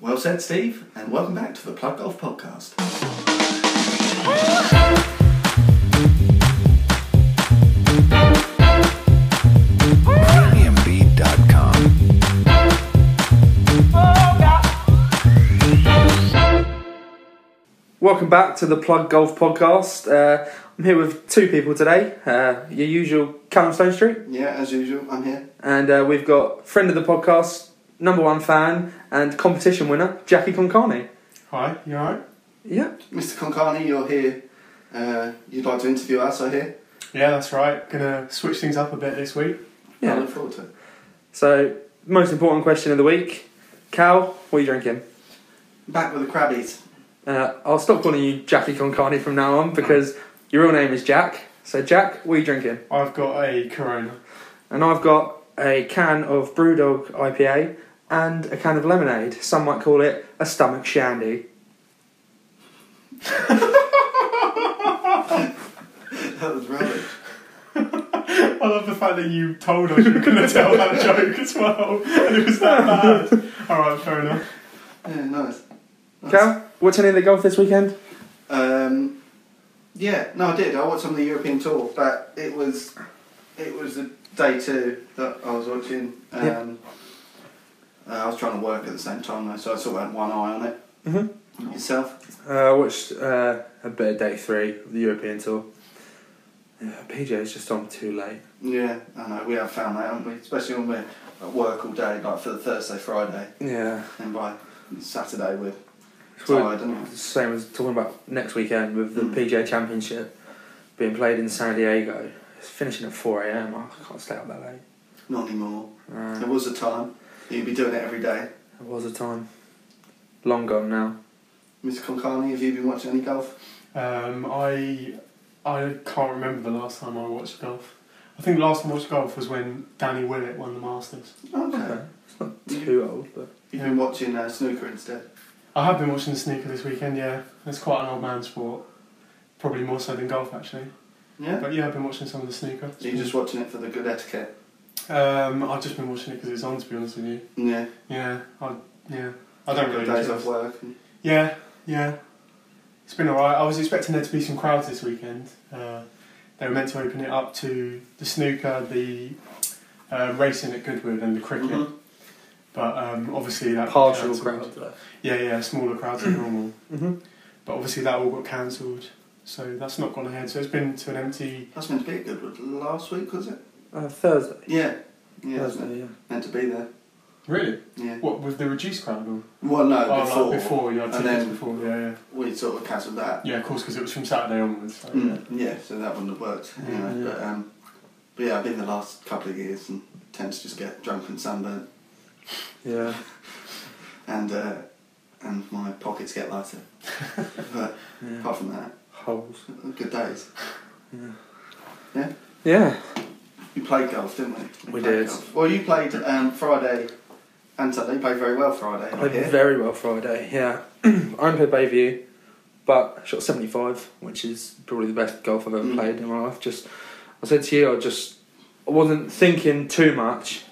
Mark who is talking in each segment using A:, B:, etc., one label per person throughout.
A: Well said, Steve, and welcome back to the Plug Golf Podcast.
B: premiumbeat.com.
C: Welcome back to the Plug Golf Podcast. Uh, I'm here with two people today. Uh, your usual Callum Stone Street,
A: Yeah, as usual, I'm here.
C: and uh, we've got friend of the podcast, number one fan, and competition winner Jackie Concarney.
D: Hi, you alright?
C: Yeah,
A: Mr. Concarney, you're here. Uh, you'd like to interview us, I hear.
D: Yeah, that's right. Gonna switch things up a bit this week.
A: I
C: yeah.
A: look forward to it.
C: So, most important question of the week, Cal, what are you drinking?
A: Back with the Crabbies.
C: Uh, I'll stop calling you Jackie Concarney from now on because your real name is Jack. So, Jack, what are you drinking?
D: I've got a Corona.
C: And I've got a can of Brewdog IPA and a can of lemonade. Some might call it a stomach shandy.
A: That was rubbish.
D: I love the fact that you told us you were gonna tell that joke as well, and it was that bad. Alright, fair enough.
A: yeah, nice. nice.
C: Cal, watching any of the golf this weekend?
A: Um, yeah, no, I did. I watched some of the European tour, but it was it was the day two that I was watching. Um,
C: Yeah.
A: uh, I was trying to work at the same time though, so I sort of had one eye on it.
C: Mhm.
A: Mm-hmm. Yourself?
C: Uh, I watched uh, a bit of day three of the European Tour. Yeah, PJ is just on too late.
A: Yeah, I know. We have found that, haven't we? Especially when we're at work all day, like for the Thursday, Friday,
C: Yeah.
A: and by Saturday we're
C: It's weird.
A: tired. And
C: Same as talking about next weekend with the
A: Mm.
C: PGA Championship being played in San Diego. It's finishing at 4am. Oh, I can't stay up that late.
A: not anymore.
C: Uh,
A: There was a time you'd be doing it every day.
C: it was a time. Long gone now.
A: Mr. Concarney, have you been watching any golf?
D: Um, I I can't remember the last time I watched golf. I think the last time I watched golf was when Danny Willett won the Masters.
C: Okay. Uh, It's not too old, but.
A: You've been watching uh, snooker instead.
D: I have been watching the snooker this weekend, yeah. It's quite an old man sport. Probably more so than golf actually.
A: Yeah.
D: But yeah, I've been watching some of the snooker.
A: So you're just watching it for the good etiquette.
D: um, I've just been watching it because it's on to be honest with you.
A: Yeah.
D: Yeah, I yeah. I don't really
A: days
D: do
A: off work. and-
D: Yeah, yeah. It's been alright. I was expecting there to be some crowds this weekend. Uh, they were meant to open it up to the snooker, the uh, racing at Goodwood, and the cricket.
A: Mhm.
D: But um, obviously that got
C: partial
D: cancelled.
C: crowd.
D: Yeah, yeah, smaller crowds than normal.
C: Mm-hmm.
D: But obviously that all got cancelled, so that's not gone ahead. So it's been to an empty.
A: That's meant to be at Goodwood last week, was it?
C: Uh, Thursday.
A: Yeah. Yeah. it's meant,
C: Thursday, yeah.
A: meant to be there.
D: Really?
A: Yeah.
D: What with the reduced crowd? Or?
A: Well, no,
D: oh,
A: Uh, before,
D: like before, yeah,
A: and
D: tickets
A: then-
D: before, yeah, yeah.
A: we sort of cancelled that.
D: Yeah, of course, because it was from Saturday onwards. So,
A: Mm, yeah. So that wouldn't have worked. Anyway,
C: Yeah.
A: But, um, but yeah, I've been the last couple of years and tend to just get drunk and sunburnt,
C: Yeah.
A: and uh, and my pockets get lighter. but
C: yeah.
A: apart from that,
C: Holes.
A: good days.
C: Yeah.
A: We played golf, didn't we?
C: We
A: played
C: did.
A: golf. Well, you played um, Friday and Sunday. You played very well Friday.
C: I
A: I
C: played
A: hear.
C: very well Friday, yeah. I'm played Bayview, but I shot 75, which is probably the best golf I've ever
A: Mm.
C: played in my life. Just, I said to you, I just I wasn't thinking too much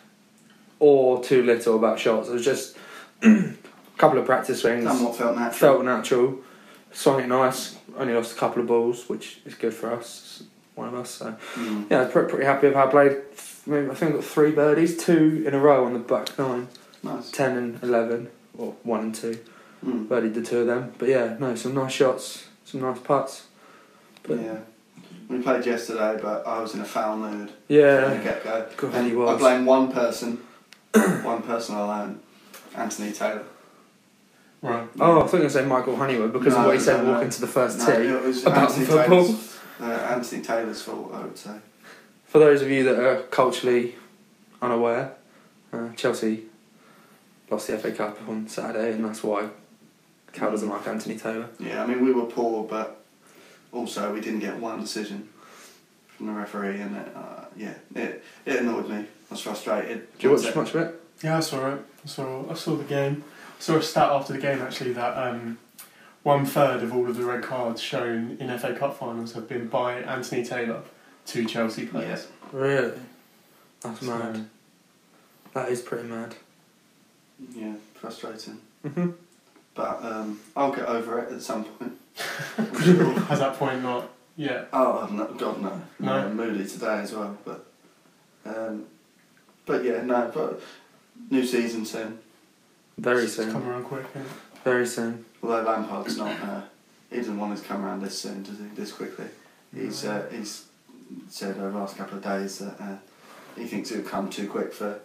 C: or too little about shots. It was just a couple of practice swings.
A: Somewhat felt natural.
C: felt natural, swung it nice. Only lost a couple of balls, which is good for us, one of us. So
A: Mm.
C: yeah, pretty, pretty happy with how I played. Maybe- I think I got three birdies, two in a row on the back nine,
A: Nice.
C: ten and eleven, or one and two.
A: Mm.
C: Birdied the two of them, but yeah, no, some nice shots, some nice putts. But
A: Yeah. We played yesterday, but I was in a foul mood from the
C: yeah,
A: get go. And
C: God, Uh, he
A: I
C: was.
A: blame one person, one person alone, Anthony Taylor.
D: Right.
C: Oh, I thought you were going to say Michael Honeywood because
A: No,
C: of what he said
A: no, no.
C: walking to the first
A: No,
C: tee.
A: it was
C: about
A: Anthony
C: football.
A: Taylor's, uh, Anthony Taylor's fault, I would say.
C: For those of you that are culturally unaware, uh, Chelsea lost the FA Cup on Saturday, and that's why Cal doesn't like Anthony Taylor.
A: Yeah, I mean we were poor, but also we didn't get one decision from the referee, and it, uh, yeah, it it annoyed me. I was frustrated.
C: Do you watch
A: Once it-
C: much of it?
D: Yeah, I saw it. I saw, I saw the game. I saw a stat after the game actually that um, one third of all of the red cards shown in FA Cup finals have been by Anthony Taylor to Chelsea players.
C: Really? That's
D: So,
C: mad. That is pretty mad.
A: Yeah, frustrating.
C: hmm
A: But um, I'll get over it at some point.
D: Has that point not? Yeah.
A: Oh no, God no.
D: No.
A: I'm moody today as well, but um, but yeah, no, but new season soon.
C: Very
D: It's
C: soon.
D: Come around quick. innit?
C: Very soon.
A: Although Lampard's not, uh, he doesn't want to come around this soon, does he? This quickly. He's uh, he's said over the last couple of days that uh, he thinks it'll come too quick for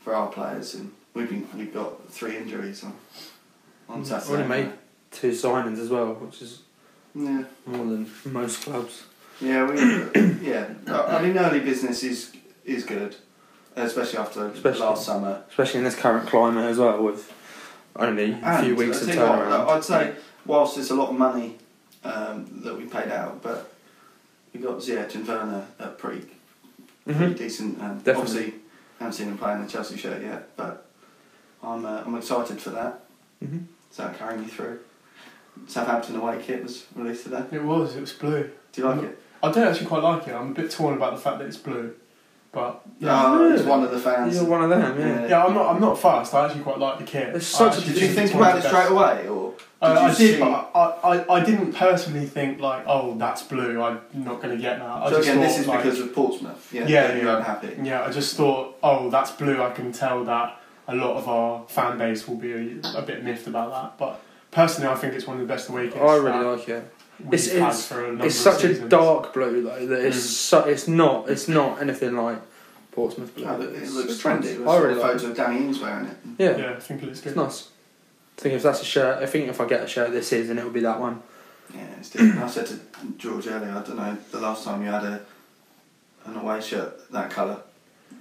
A: for our players, and we've been we've got three injuries on on
D: Mm,
A: Saturday.
C: already made. Two signings as well, which is
A: Yeah.
C: more than most clubs.
A: Yeah, we, yeah. I I mean, early business is is good, especially after
C: Especially-
A: last summer.
C: Especially in this current climate as well, with only a
A: And
C: few weeks
A: I
C: of
A: tell you what,
C: turnaround.
A: I'd say whilst there's a lot of money um, that we paid out, but we got Ziyech and Werner at pretty, pretty
C: Mhm.
A: decent. Um,
C: Definitely.
A: Obviously, haven't seen him play in the Chelsea shirt yet, but I'm uh, I'm excited for that.
C: Mhm.
A: Is that carrying me through? Southampton away kit was released today.
D: It was. It was blue.
A: Do you like it?
D: I don't actually quite like it. I'm a bit torn about the fact that it's blue, but yeah.
A: No, it's
C: Really?
A: one of the fans.
C: You're one of them, yeah.
A: Yeah.
D: yeah, I'm not. I'm not fast. I actually quite like the kit.
C: It's
D: I
C: such a-
D: actually
A: Did you
D: it's
A: think
D: one of
A: about it
D: the
A: straight
D: best.
A: away, or
D: Uh, I
A: you
D: did, but I, I, I didn't personally think like, oh, that's blue. I'm not going to get that. I
A: so
D: just
A: again,
D: thought,
A: this is
D: like,
A: because of Portsmouth. Yeah,
D: Yeah,
A: that you're
D: yeah.
A: unhappy.
D: yeah, I just thought, oh, that's blue. I can tell that a lot of our fan base will be a, a bit miffed about that. But personally, I think it's one of the best away kits.
C: I really
D: that
C: like it.
D: we've
C: It's-
D: had
C: it's-
D: for a number
C: It's
D: of
C: such a
D: seasons.
C: dark blue though that it's
D: Mm.
C: so, it's not it's not anything like Portsmouth blue.
A: No, Oh, but it
C: It's-
A: looks
C: it's
A: trendy.
C: nice.
A: There's
C: I
A: a
C: really like
A: photo
C: it.
A: of Danny Ings wearing it.
C: Yeah.
D: Yeah, I think it looks
C: it's
D: good.
C: nice. I think if that's a shirt, I think if I get a shirt this season, it'll be that one.
A: Yeah, it's different. I said to George earlier, I don't know, the last time you had a an away shirt that colour.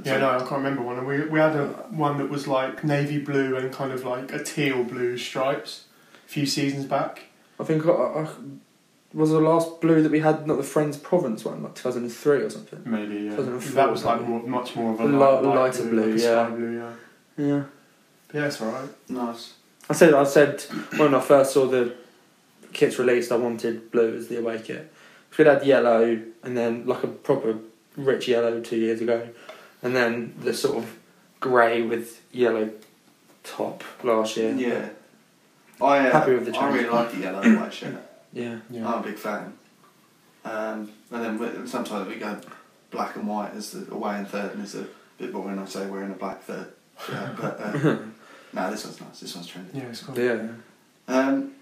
D: Yeah, no, I can't remember one. And we, we had a one that was like navy blue and kind of like a teal blue stripes a few seasons back.
C: I think I, I, was the last blue that we had not the Friends Province one, like two thousand and three or something.
D: Maybe yeah.
C: 2004,
D: That was like
C: maybe.
D: more, much more of a
C: A
D: light,
C: li-
D: light
C: lighter
D: like
C: blue,
D: a sky
C: yeah.
D: blue, yeah.
C: Yeah,
D: But yeah, it's alright.
A: Nice.
C: I said I said when I first saw the kits released, I wanted blue as the away kit. If we'd had yellow and then like a proper rich yellow two years ago, and then the sort of grey with yellow top last year.
A: Yeah. I, uh,
C: Happy with the
A: I
C: change.
A: really like the yellow and white shirt.
C: yeah.
D: Yeah.
A: I'm a big fan. Um, and then we, sometimes we go black and white as the away and third, and it's a bit boring. I say wearing a black third. shirt, but uh, no, this one's nice. This one's trendy.
D: yeah, it's cool.
C: yeah.
A: Um,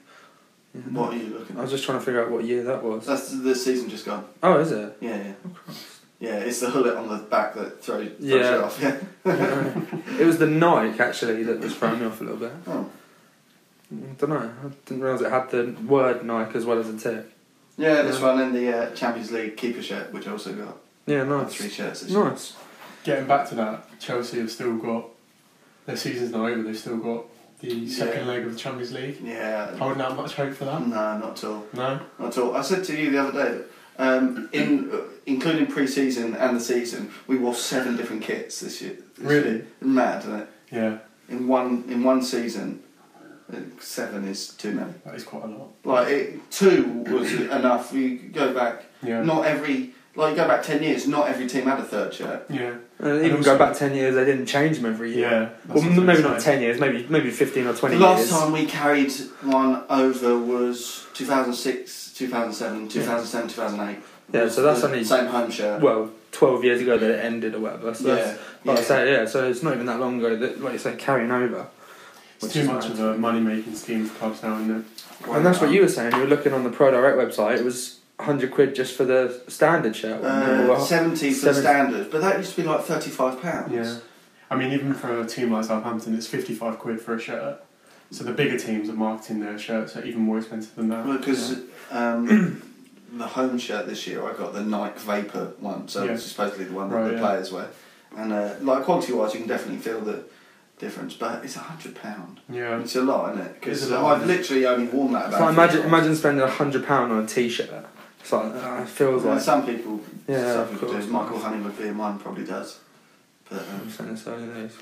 C: Yeah.
A: what are you looking
C: I
A: at?
C: was just trying to figure out what year that was.
A: That's the season just gone.
C: Oh, is it?
A: Yeah, yeah. Yeah, it's the hullet on the back that throws, throws
C: Yeah.
A: you off. Yeah.
C: it was the Nike actually that was throwing me off a little bit.
A: Oh.
C: I don't know. I didn't realise it had the word Nike as well as the tick.
A: Yeah, this
C: Yeah.
A: one in the uh, Champions League keeper shirt, which I also got.
C: Yeah,
A: I had three
C: nice.
A: shirts. this year.
C: Nice.
D: Getting back to that, Chelsea have still got their season's not over. They've still got the second
A: Yeah.
D: leg of the Champions League.
A: Yeah.
D: Holding out much hope for that?
A: No, not at all.
D: No.
A: Not at all. I said to you the other day, um, in uh, including pre-season and the season, we wore seven different kits this year. This
D: Really?
A: year. Mad, isn't it?
D: Yeah,
A: In one in one season, uh, seven is too many.
D: that is quite a lot.
A: Like it, two was enough. You go back.
D: Yeah.
A: Not every like you go back ten years. Not every team had a third shirt.
D: Yeah.
C: And even
D: also-
C: go back ten years, they didn't change them every year.
D: Yeah. that's
C: Well,
D: what I was
C: m- maybe
D: gonna
C: not
D: say.
C: ten years, maybe maybe fifteen or twenty
A: the last
C: years.
A: time we carried one over was 2006, 2007, 2007, 2008.
C: Yeah, so that's
A: The
C: only-
A: same home shirt.
C: Well, twelve years ago that it ended or whatever. So
A: yeah,
C: that's,
A: yeah.
C: like I say, yeah. So it's not even that long ago that, like you say, carrying over.
D: It's
C: which
D: too
C: is
D: much of
C: mad.
D: a money making scheme for clubs now, isn't it?
C: And that's what you were saying. You were looking on the Pro Direct website. It was hundred quid just for the standard shirt.
A: Uh,
C: Well,
A: Seventy for the
C: seven-
A: standard, but that used to be like thirty-five pounds.
D: Yeah. I mean, even for a team like Southampton, it's 55 quid for a shirt. So the bigger teams are marketing their shirts at even more expensive than that.
A: Because um, the home shirt this year, I got the Nike Vapor one, so
D: Yeah.
A: it's supposedly the one that
D: Right,
A: the
D: yeah.
A: players wear. And uh, like quality-wise, you can definitely feel the difference, but it's a hundred pound.
D: Yeah.
A: It's a lot, isn't it?
D: It's
A: Because
D: a lot,
A: I've
D: isn't it?
A: literally only worn that.
C: It's
A: About
C: like
A: three
C: imagine,
A: times.
C: imagine spending a hundred pound on a t-shirt. It's like uh, it feels
A: Well,
C: like.
A: some people,
C: Yeah,
A: some
C: of
A: people
C: course.
A: do. Michael Honeywood being mine probably does. But
C: I'm
A: um,
C: saying this early days.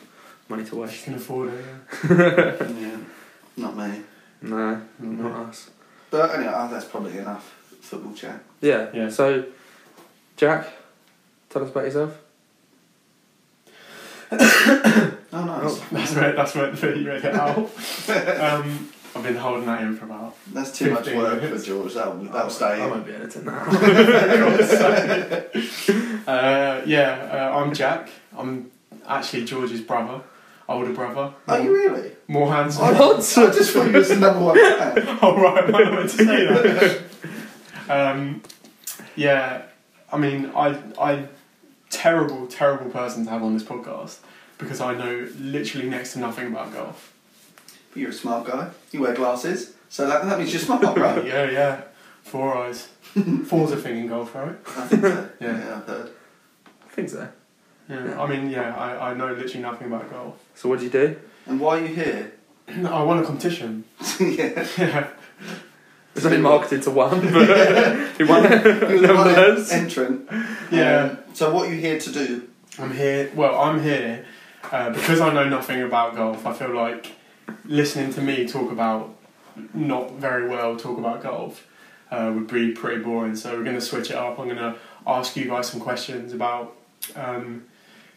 C: Money to
D: You
C: waste.
D: can afford it, yeah.
A: yeah, not me.
C: No,
D: Mm.
C: not us.
A: But anyway, oh, that's probably enough football chat.
C: Yeah.
D: Yeah.
C: So, Jack, tell us about yourself.
A: Oh, nice.
D: That's where that's where you read it out. um, I've been holding that in for about.
A: That's too much
D: 15
A: work for
D: minutes.
A: George. That'll, that'll stay
C: I
A: in.
C: won't be editing that.
D: Uh, yeah, uh, I'm Jack. I'm actually George's brother, older brother.
A: Are you really? Oh,
D: more handsome?
A: I, I just thought you was the number one fan.
D: Oh right, am I meant to say that? um, yeah, I mean, I, I, terrible, terrible person to have on this podcast because I know literally next to nothing about golf.
A: But you're a smart guy. You wear glasses, so that, that means you're smart, right?
D: Yeah, yeah, four eyes. Four's a thing in golf, right?
A: I think so.
D: Yeah.
A: I've heard.
C: I think so.
D: Yeah. I mean, yeah, I, I know literally nothing about golf.
C: So what do you do?
A: And why are you here?
D: I won a competition.
A: yeah.
D: yeah,
C: It's only marketed to one, but he won
A: You're the one
C: numbers.
A: entrant.
D: yeah.
A: Um, so what are you here to do?
D: I'm here. Well, I'm here uh, because I know nothing about golf. I feel like listening to me talk about not very well talk about golf uh, would be pretty boring. So we're going to switch it up. I'm going to ask you guys some questions about um,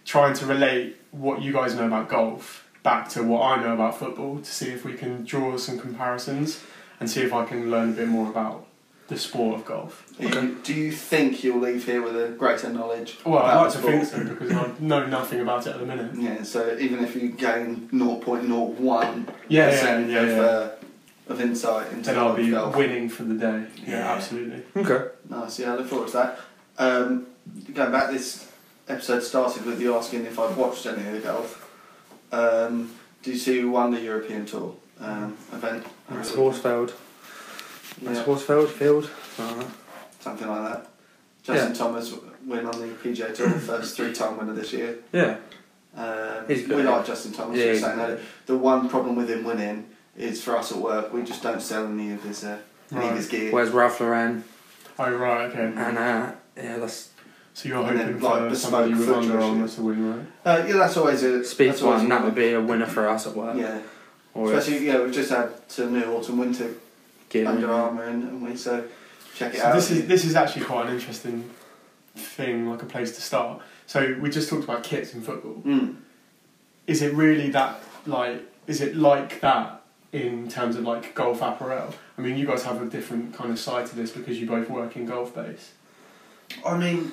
D: trying to relate what you guys know about golf back to what I know about football to see if we can draw some comparisons and see if I can learn a bit more about the sport of golf.
A: Are You, do you think you'll leave here with a greater knowledge?
D: Well, I
A: about
D: like to
A: the
D: think
A: sport?
D: so because I know nothing about it at the minute.
A: Yeah, so even if you gain 0.01%
D: Yeah, yeah, yeah,
A: of,
D: yeah.
A: Uh, of insight into
D: Then I'll be
A: golf.
D: winning for the day. Yeah,
A: Yeah.
D: absolutely.
C: Okay.
A: Nice, yeah, I look forward to that. Um, going back, this episode started with you asking if I've watched any of the golf. Um, do you see who won the European Tour um, event?
C: That's Horsfeld. That's
A: Yeah,
C: Horsfeld Field. Uh,
A: something like that. Justin Thomas win on the PGA Tour, first three time winner this year.
C: yeah.
A: Um,
C: He's good,
A: we
C: yeah.
A: like Justin Thomas.
C: Yeah,
A: Yeah,
C: he's
A: saying
C: good.
A: that. The one problem with him winning is for us at work, we just don't sell any of his, uh, any of his gear.
C: Where's Ralph Lauren?
D: Oh right, okay.
C: And uh, yeah, that's
D: So you're
A: And then,
D: hoping
A: like,
D: for
A: bespoke
D: somebody with
A: foot
D: Under
A: dressing.
D: Armour to win, right?
A: Uh, yeah, that's always a
C: Speed
A: that's always
C: one.
A: a-
C: That would be a winner for us at work.
A: Yeah,
C: Or if
A: especially yeah, we've just had some new autumn winter
C: Gil-
A: Under Armour, and, and we so check it
D: So
A: out.
D: this is this is actually quite an interesting thing, like a place to start. So we just talked about kits in football.
A: Mm.
D: Is it really that like? Is it like that in terms of like golf apparel? I mean, you guys have a different kind of side to this because you both work in golf base.
A: I mean,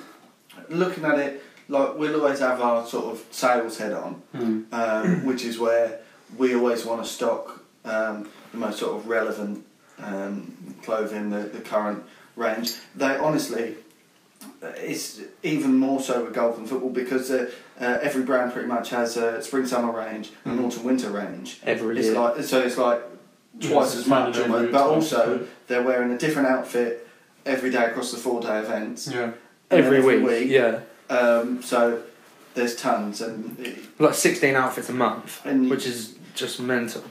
A: looking at it, like we'll always have our sort of sales head on, um, which is where we always want to stock um, the most sort of relevant um, clothing, the, the current range. They honestly, it's even more so with golf and football because uh, uh, every brand pretty much has a spring summer range and an
D: Mm.
A: autumn winter range.
C: Every
A: It's
C: year.
A: like so it's like
D: Yeah,
A: twice
D: it's
A: as much,
D: standard
A: almost,
D: over
A: but
D: twice as
A: also
D: much.
A: they're wearing a different outfit every day across the four day events.
D: Yeah.
A: and then
C: every, week. Yeah.
A: Um, so there's tons, and it-
C: Like 16 outfits a month,
A: And you-
C: which is just mental.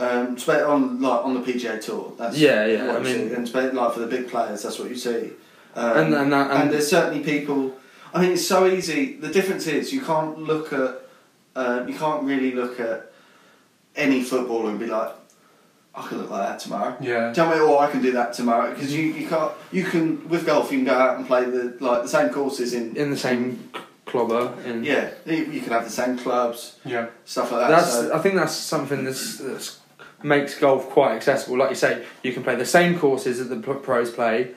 A: um, spe- on like on the PGA tour. That's
C: Yeah, yeah,
A: what
C: I
A: you
C: mean-
A: see. and spe- like for the big players, that's what you see. Um,
C: And, and, that,
A: and
C: and,
A: there's certainly people. I mean, it's so easy. The difference is you can't look at, uh, you can't really look at any footballer and be like, I can look like that tomorrow.
D: Yeah.
A: Tell me, oh, I can do that tomorrow because you, you can't. You can with golf, you can go out and play the like the same courses in.
C: in the same clobber. In,
A: Yeah, you you can have the same clubs,
D: Yeah.
A: stuff like that.
C: That's,
A: so,
C: I think that's something that's, that's makes golf quite accessible. Like you say, you can play the same courses that the pro- pros play,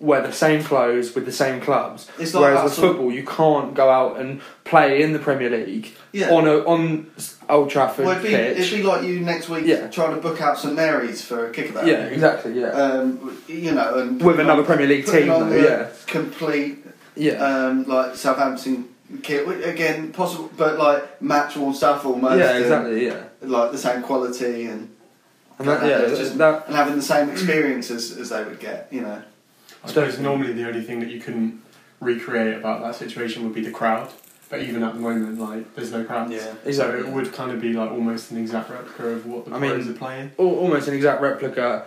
C: wear the same clothes with the same clubs.
A: It's like
C: Whereas
A: that
C: with
A: sort of-
C: football, you can't go out and play in the Premier League
A: yeah.
C: on a on s- Old Trafford
A: well, it'd be,
C: pitch.
A: it'd be like you next week
C: Yeah.
A: trying to book out St Mary's for a kickabout.
C: yeah, exactly. Yeah,
A: Um, you know, and
C: with another Premier League
A: putting
C: team.
A: on
C: Though,
A: the
C: yeah,
A: complete
C: yeah.
A: um, like Southampton kit which, again possible, but like match worn stuff almost.
C: yeah,
A: and,
C: exactly. Yeah,
A: Like the same quality and
C: and that, yeah,
A: uh, It's
C: that-
A: just-
C: that.
A: and having the same experience as, as they would get. You know.
D: I suppose normally the only thing that you can recreate about that situation would be the crowd, but even at the moment, like there's no crowd.
A: Yeah.
C: Exactly.
D: So it would kind of be like almost an exact replica of what the
C: I
D: pros
C: mean-
D: are playing.
C: al- almost an exact replica.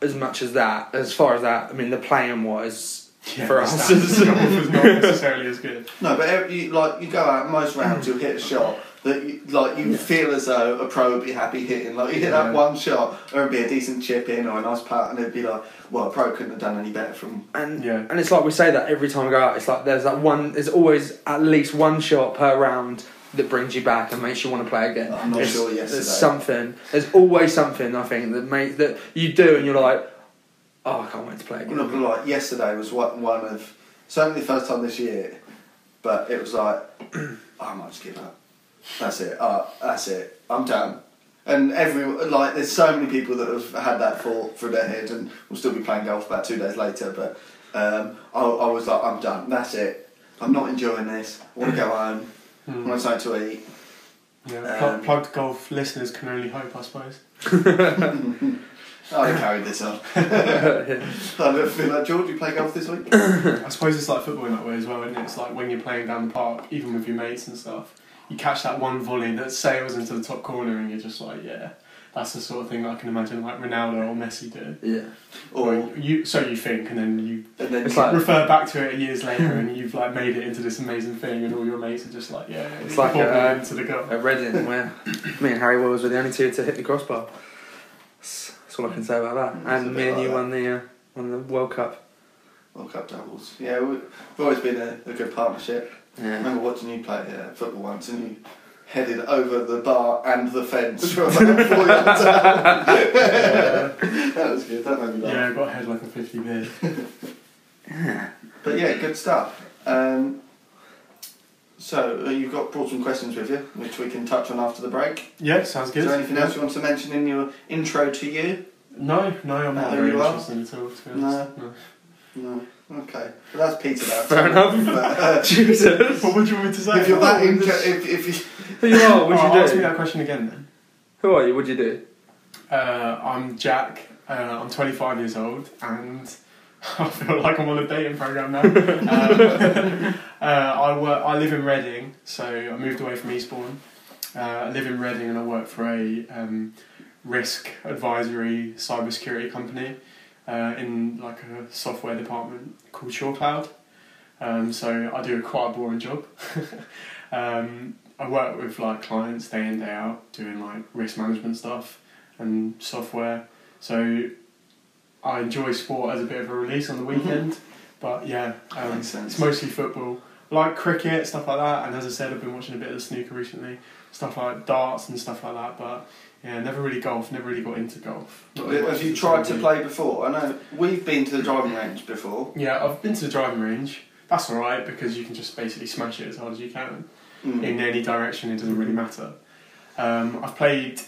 C: As much as that, as far as that, I mean, the playing was For
D: the
C: us.
D: standard of golf is not necessarily as good.
A: No, but every, you, like you go out most rounds, you'll hit a shot that you, like you feel as though a pro would be happy hitting. Like you hit
D: Yeah.
A: that one shot, or it'd be a decent chip in or a nice putt, and it'd be like, well, a pro couldn't have done any better from.
C: and
D: Yeah.
C: and it's like we say that every time we go out. It's like there's that one. There's always at least one shot per round that brings you back and makes you want to play again.
A: I'm not
C: It's-
A: sure yesterday.
C: There's something. There's always something I think that make that you do and you're like, oh, I can't wait to play
A: I'm
C: again.
A: not gonna lie, yesterday was one, one of certainly the first time this year, but it was like I might just give up. That's it. Uh, that's it. I'm done. And every like, there's so many people that have had that thought through their head and will still be playing golf about two days later. But um, I, I was like, I'm done. That's it. I'm not enjoying this. I want to go home.
C: Hmm.
A: I
D: Mm.
A: want something to eat.
D: Yeah, pl-
A: Um,
D: plugged golf listeners can only hope, I suppose.
A: I carried this on. I don't feel like George. You play golf this week?
C: Hmm.
D: I suppose it's like football in that way as well, isn't it? It's like when you're playing down the park, even with your mates and stuff, you catch that one volley that sails into the top corner and you're just like, yeah, that's the sort of thing I can imagine like Ronaldo or Messi did.
C: yeah.
D: Or
A: Or
D: you, so you think, and then you
A: and then
C: It's like-
D: refer back to it years later, and you've like made it into this amazing thing, and all your mates are just like, yeah,
C: It's
D: it's
C: like,
D: like
C: uh,
D: into the goal.
C: At Reading, where me and Harry Wells were the only two to hit the crossbar. That's, that's all I can say about that.
A: Yeah, Mm, it's a bit
C: and me and
A: like
C: you
A: that.
C: won the uh, won the World Cup.
A: World Cup doubles. Yeah, we- we've always been a, a good partnership. I
C: Yeah.
A: remember watching you play uh, football once and you headed over the bar and the fence for about 40 yards out. That was good, that made me laugh.
D: Yeah, I got a head like a 50 beer.
A: But yeah, good stuff. Um, so, uh, you've got brought some questions with you, which we can touch on after the break.
D: Yeah, sounds good.
A: Is there anything else you want to mention in your intro to you?
D: No, no, I'm not
A: Are
D: very
A: you well?
D: interested at all, to be honest. No.
A: No. Okay. Well, that's Peter now.
C: Fair enough. Jesus.
D: What would you want me to say?
A: If you're that
D: Oh,
A: into,
D: this-
A: if, if you,
C: Who you are?
A: Oh,
C: What
D: Alright,
C: you
D: Ask me
C: do?
D: that question again then.
C: Who are you? What do you do?
D: Uh, I'm Jack. Uh, I'm 25 years old, and I feel like I'm on a dating program now. um, uh, I work. I live in Reading, so I moved away from Eastbourne. Uh, I live in Reading, and I work for a um, risk advisory cybersecurity company uh, in like a software department called SureCloud. Um, so I do a quite boring job. um, I work with like clients day in day out, doing like risk management stuff and software. So I enjoy sport as a bit of a release on the weekend. But yeah, um,
A: Mm-hmm. Makes sense.
D: it's mostly football. I like cricket, stuff like that. And as I said, I've been watching a bit of the snooker recently, stuff like darts and stuff like that. But yeah, never really golf, never really got into golf. Not as much
A: Have you
D: as I
A: tried to
D: really-
A: play before? I know we've been to the driving range before.
D: Yeah, I've been to the driving range. That's alright because you can just basically smash it as hard as you can
A: Mm.
D: in any direction. It doesn't really matter. Um, I've played,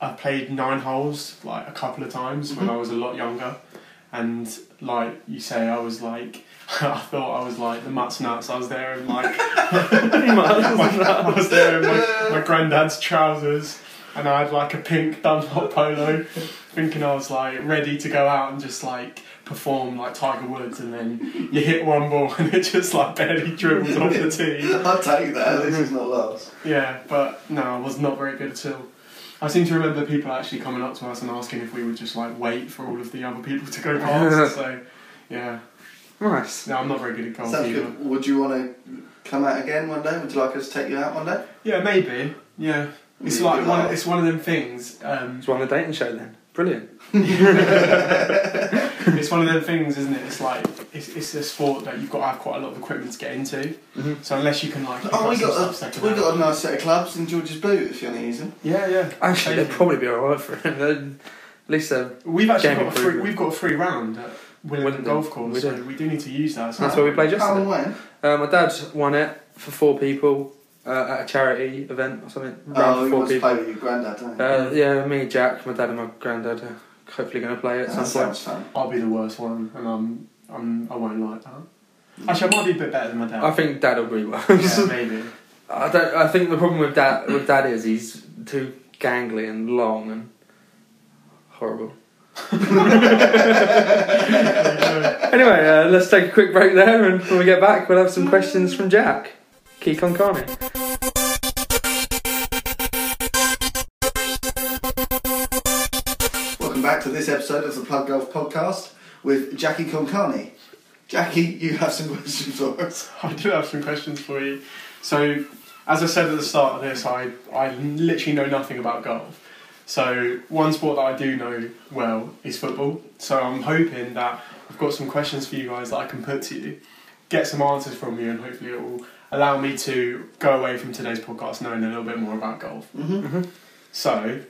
D: I've played nine holes like a couple of times when I was a lot younger, and like you say, I was like, I thought I was like the Mutt's nuts. I was there in like, I was there in my, my granddad's trousers, and I had like a pink Dunlop polo, thinking I was like ready to go out and just like perform like Tiger Woods, and then you hit one ball and it just like barely dribbles off the tee.
A: I'll take that. This is not last.
D: Yeah, but no, I was not very good at all. I seem to remember people actually coming up to us and asking if we would just like wait for all of the other people to go past. so, yeah,
C: Nice.
D: no, I'm not very good at golf
A: Sounds
D: either.
A: good. Would you want to come out again one day? Would you like us to take you out one day?
D: Yeah, maybe. Yeah, it's
A: Yeah,
D: like
A: good
D: one.
A: laugh.
D: It's one of them things. Um,
C: It's one on the dating show then. Brilliant.
D: it's one of them things, isn't it? It's like it's, it's a sport that you've got to have quite a lot of equipment to get into.
C: Mhm.
D: So unless you can like, pick
A: Oh,
D: up
A: we
D: some
A: got
D: stuff
A: a we
D: secondhand-
A: got a nice set of clubs in George's boot if you want to use them.
D: yeah, yeah.
C: Actually, they'd
D: Amazing.
C: probably be alright for him. They'd- At least um, they're
D: We've actually
C: Game
D: got a free,
C: improvement.
D: we've got a free round at Willingdon
C: Willingdon.
D: Golf
C: We
D: Course, so
C: do.
D: we do need to use that. So
C: That's where we played
A: How
C: yesterday.
A: and when?
C: Uh, my dad won it for four people uh, at a charity event or something. Round
A: oh,
C: for
A: you
C: four
A: want to
C: people.
A: play with your granddad, don't you?
C: Uh, yeah, me, Jack, my dad, and my granddad are hopefully going to play it at
A: that
C: some point.
A: sounds fun.
D: I'll be the worst one, and I'm, I'm I won't like that. Actually, I might be a bit better than my dad.
C: I think Dad will be well.
D: yeah, maybe.
C: I don't. I think the problem with Dad with Dad is he's too gangly and long and horrible. Anyway, uh, let's take a quick break there, and when we get back, we'll have some questions from Jack. Keep on Carney.
A: Welcome back to this episode of the Plug Golf Podcast with Jackie Concarney. Jackie, you have some questions for us.
D: I do have some questions for you. So, as I said at the start of this, I, I literally know nothing about golf. So, one sport that I do know well is football. So, I'm hoping that I've got some questions for you guys that I can put to you, get some answers from you, and hopefully it will allow me to go away from today's podcast knowing a little bit more about golf.
A: Mm-hmm.
D: So,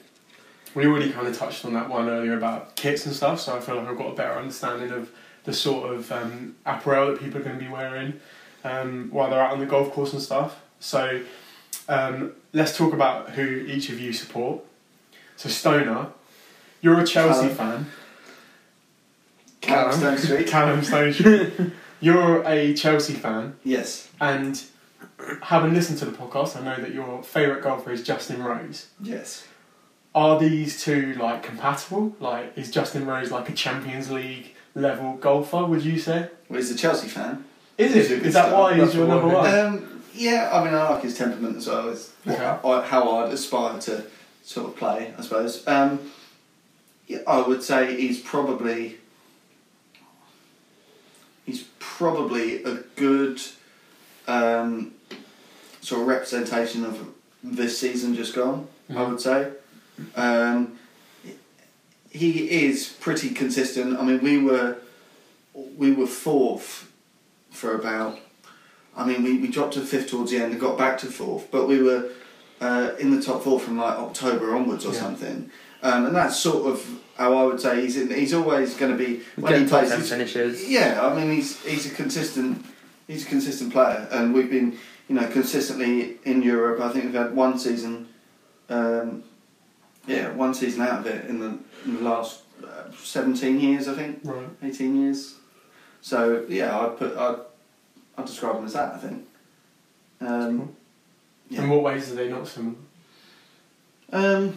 D: we already kind of touched on that one earlier about kits and stuff, so I feel like I've got a better understanding of the sort of um, apparel that people are going to be wearing um, while they're out on the golf course and stuff. So, um, let's talk about who each of you support. So, Stoner, you're a Chelsea fan.
A: Callum
C: Callum.
A: Stone Street.
D: Callum Stone, you're a Chelsea fan,
A: Yes.
D: and having listened to the podcast, I know that your favourite golfer is Justin Rose.
A: Yes.
D: are these two like compatible? Like, is Justin Rose like a Champions League level golfer? Would you say?
A: Well, he's a Chelsea fan.
D: Is
A: He's a
D: it?
A: good
D: Is that
A: start.
D: why he's
C: That's
D: your
C: the
D: number
C: one,
D: one?
A: Um, yeah, I mean, I like his temperament as well. It's what-
D: Okay.
A: I- how I'd aspire to sort of play, I suppose. Um, yeah, I would say he's probably he's probably a good um, sort of representation of this season just gone. I would say. Um, he is pretty consistent. I mean, we were we were fourth for about. I mean, we, we dropped to fifth towards the end and got back to fourth, but we were uh, in the top four from like October onwards or
D: Yeah.
A: something. Um, and that's sort of how I would say he's in, he's always going to be
C: Getting top ten
A: he's-
C: finishes.
A: yeah, I mean he's he's a consistent he's a consistent player, and we've been you know consistently in Europe. I think we've had one season, um, yeah, one season out of it in the, in the last uh, seventeen years, I think,
D: Right.
A: eighteen years. So yeah, I would put I I describe him as that. I think. Um, Yeah.
D: In what ways are they not similar?
A: um,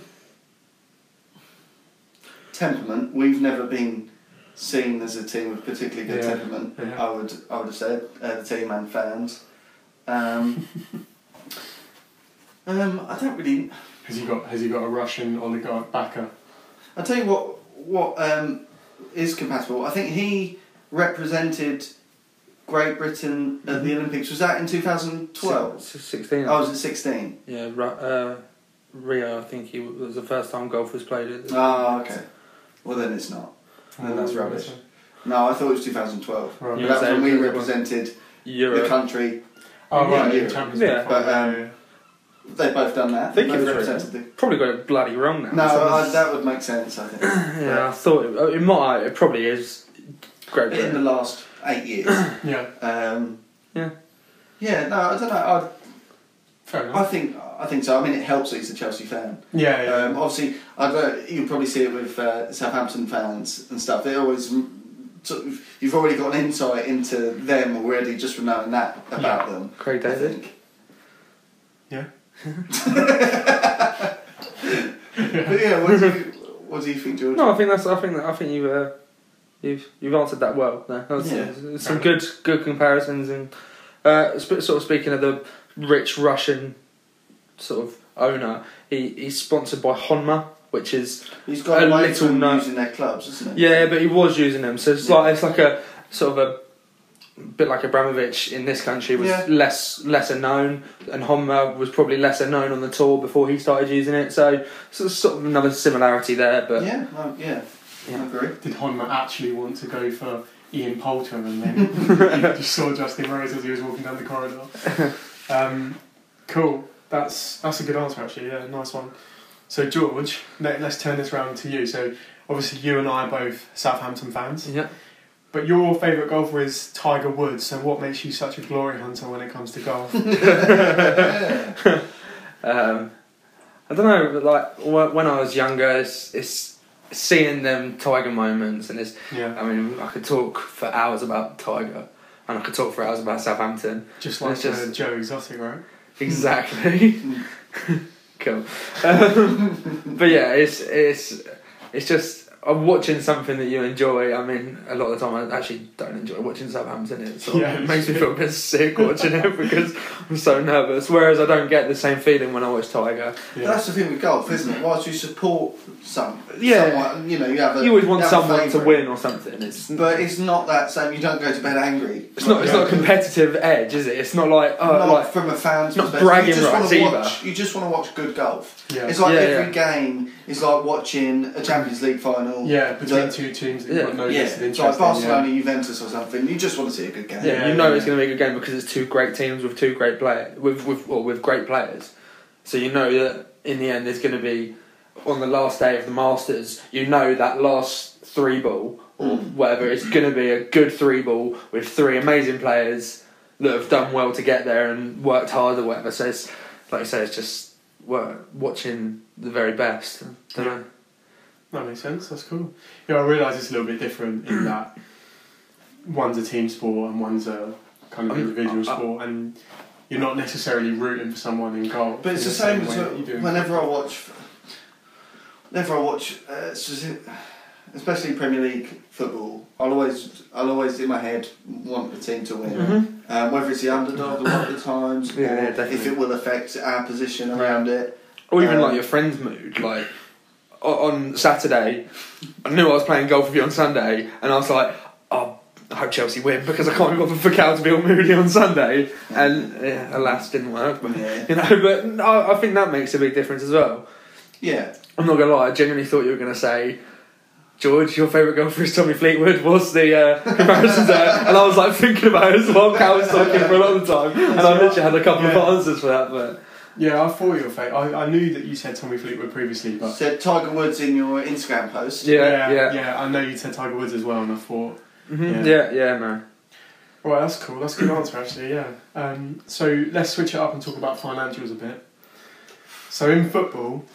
A: temperament. We've never been seen as a team with particularly good
D: Yeah.
A: temperament.
D: Yeah.
A: I would I would have said uh, the team and fans. Um, um, I don't really.
D: Has he got Has he got a Russian oligarch backer?
A: I will tell you what what um, is compatible. I think he represented Great Britain at
D: Mm-hmm.
A: the Olympics. Was that in two thousand twelve?
C: Six- sixteen.
A: I was at Oh, sixteen.
C: Yeah, Ru- uh, Rio. I think he w- was the first time golf was played at. the-
A: Ah, okay. Well, then it's not. No, that's rubbish. No, I thought it was two thousand twelve.
D: Right.
C: Yeah.
A: That's when we
C: Yeah.
A: represented the
C: Europe.
A: country.
D: Oh right,
A: Yeah.
D: in Champions
C: Yeah.
D: League.
A: But,
D: final,
A: um,
D: yeah.
A: They've both done that.
C: I think
A: They've
C: you've
A: represented the.
C: Probably got it bloody wrong now.
A: No,
C: So
A: I,
C: it's-
A: that would make sense. I think.
C: yeah, I thought it, it might. It probably is. Great
A: in the
C: Britain.
A: last eight years.
D: yeah,
A: Um,
C: Yeah.
A: Yeah, no, I don't know.
D: fair
A: I, I
D: enough.
A: think I think so. I mean, it helps that he's a Chelsea fan.
D: Yeah, yeah.
A: Um, obviously, I don't, you'll probably see it with uh, Southampton fans and stuff. They always sort of, you've already got an insight into them already just from knowing that
C: Hmm.
A: about them.
C: Craig
A: I
C: David.
A: think.
D: Yeah.
A: But yeah, what do you what do you think, George?
C: No, I think that's. I think that. I think you. Uh, you've you've answered that well. There, That was-
A: Yeah.
C: uh, some good good comparisons and uh, sp- sort of speaking of the rich Russian sort of owner, he, he's sponsored by Honma, which is
A: He's got
C: A
A: away
C: little
A: from
C: no-
A: using their clubs, isn't he?
C: Yeah, but he was using them, so it's
A: Yeah.
C: like it's like a sort of a bit like Abramovich in this country was
A: Yeah.
C: less lesser known, and Honma was probably lesser known on the tour before he started using it. So, so it's sort of another similarity there, but
A: yeah, no, yeah, I
C: Yeah.
A: agree.
D: Did Honma actually want to go for Ian Poulter and then just saw Justin Rose as he was walking down the corridor? Um, cool. That's that's a good answer actually. Yeah, nice one. So George, let, let's turn this round to you. So obviously you and I are both Southampton fans,
C: yeah.
D: but your favourite golfer is Tiger Woods. So what makes you such a glory hunter when it comes to golf?
C: Um, I don't know, but like wh- when I was younger, it's, it's seeing them Tiger moments, and it's
D: yeah,
C: I mean I could talk for hours about Tiger, and I could talk for hours about Southampton.
D: just like
C: It's just-
D: uh, Joe Exotic, right?
C: Exactly. cool. Um, but yeah, it's it's it's just I'm watching something that you enjoy. I mean, a lot of the time I actually don't enjoy watching Southampton. It sort of
D: Yeah.
C: makes me feel a bit sick watching it because I'm so nervous. Whereas I don't get the same feeling when I watch Tiger.
D: Yeah.
A: That's the thing with golf, isn't it? Whilst you support some,
C: Yeah.
A: someone, you know, you have a,
C: You always want
A: have a
C: someone to
A: favourite.
C: win or something. It's
A: but it's not that same. You don't go to bed angry.
C: it's not it's not a competitive edge, is it? It's not like oh
A: Not
C: like
A: from a fan's
C: not
A: perspective.
C: bragging
A: you just
C: rights
A: want to
C: either.
A: watch. You just want to watch good golf.
D: Yeah.
A: It's like
C: Yeah,
A: every game is like watching a Champions League final final.
D: Yeah, between
A: The-
D: two teams that
C: Yeah.
D: you might notice
A: Yeah,
D: is
A: it's
D: interesting.
A: like Barcelona,
D: yeah.
A: Juventus, or something. You just want to see a good game.
C: Yeah,
D: Yeah,
C: you know
D: yeah.
C: it's going to be a good game because it's two great teams with two great player with with or with great players. So you know that in the end there's going to be on the last day of the Masters. You know that last three ball or
D: Mm.
C: whatever it's going to be a good three ball with three amazing players that have done well to get there and worked hard or whatever. So it's like I say, it's just wa- watching the very best. Don't know.
D: That makes sense. That's cool. Yeah, I realise it's a little bit different in that one's a team sport and one's a kind
A: Oh,
D: of
C: I mean,
D: individual
A: Uh,
C: I- I-
D: sport, and you're not necessarily rooting for someone in goal.
A: But it's
D: in
A: the same as
D: way that you do
A: well,
D: in
A: whenever I watch, whenever I watch, uh, speci- especially Premier League football, I'll always, I'll always in my head want the team to win,
D: Mm-hmm.
C: Mhm.
A: um, whether it's the underdog a lot of the times,
C: Yeah,
A: or
C: yeah, definitely.
A: if it will affect our position around it.
C: Or even
A: Um,
C: like your friend's mood. Like o- on Saturday, I knew I was playing golf with you on Sunday, and I was like, oh, I hope Chelsea win because I can't be bothered for Cal to be all moody on Sunday. And yeah, alas, didn't work. But,
A: Yeah.
C: you know, but no, I think that makes a big difference as well.
A: Yeah,
C: I'm not gonna lie, I genuinely thought you were gonna say. George, your favourite golfer is Tommy Fleetwood. What's the uh, comparison there? And I was like thinking about it as well. Cal was talking for a long time, and I literally had a couple
D: Yeah.
C: of answers for that. But
D: Yeah, I thought you were fake. I, I knew that you said Tommy Fleetwood previously, but
A: said Tiger Woods in your Instagram post.
C: yeah, yeah,
D: yeah, I know you said Tiger Woods as well, and I thought,
C: Mhm,
D: Yeah.
C: yeah, yeah no.
D: right, that's cool. That's a good answer, actually. Yeah. Um, so let's switch it up and talk about financials a bit. So in football,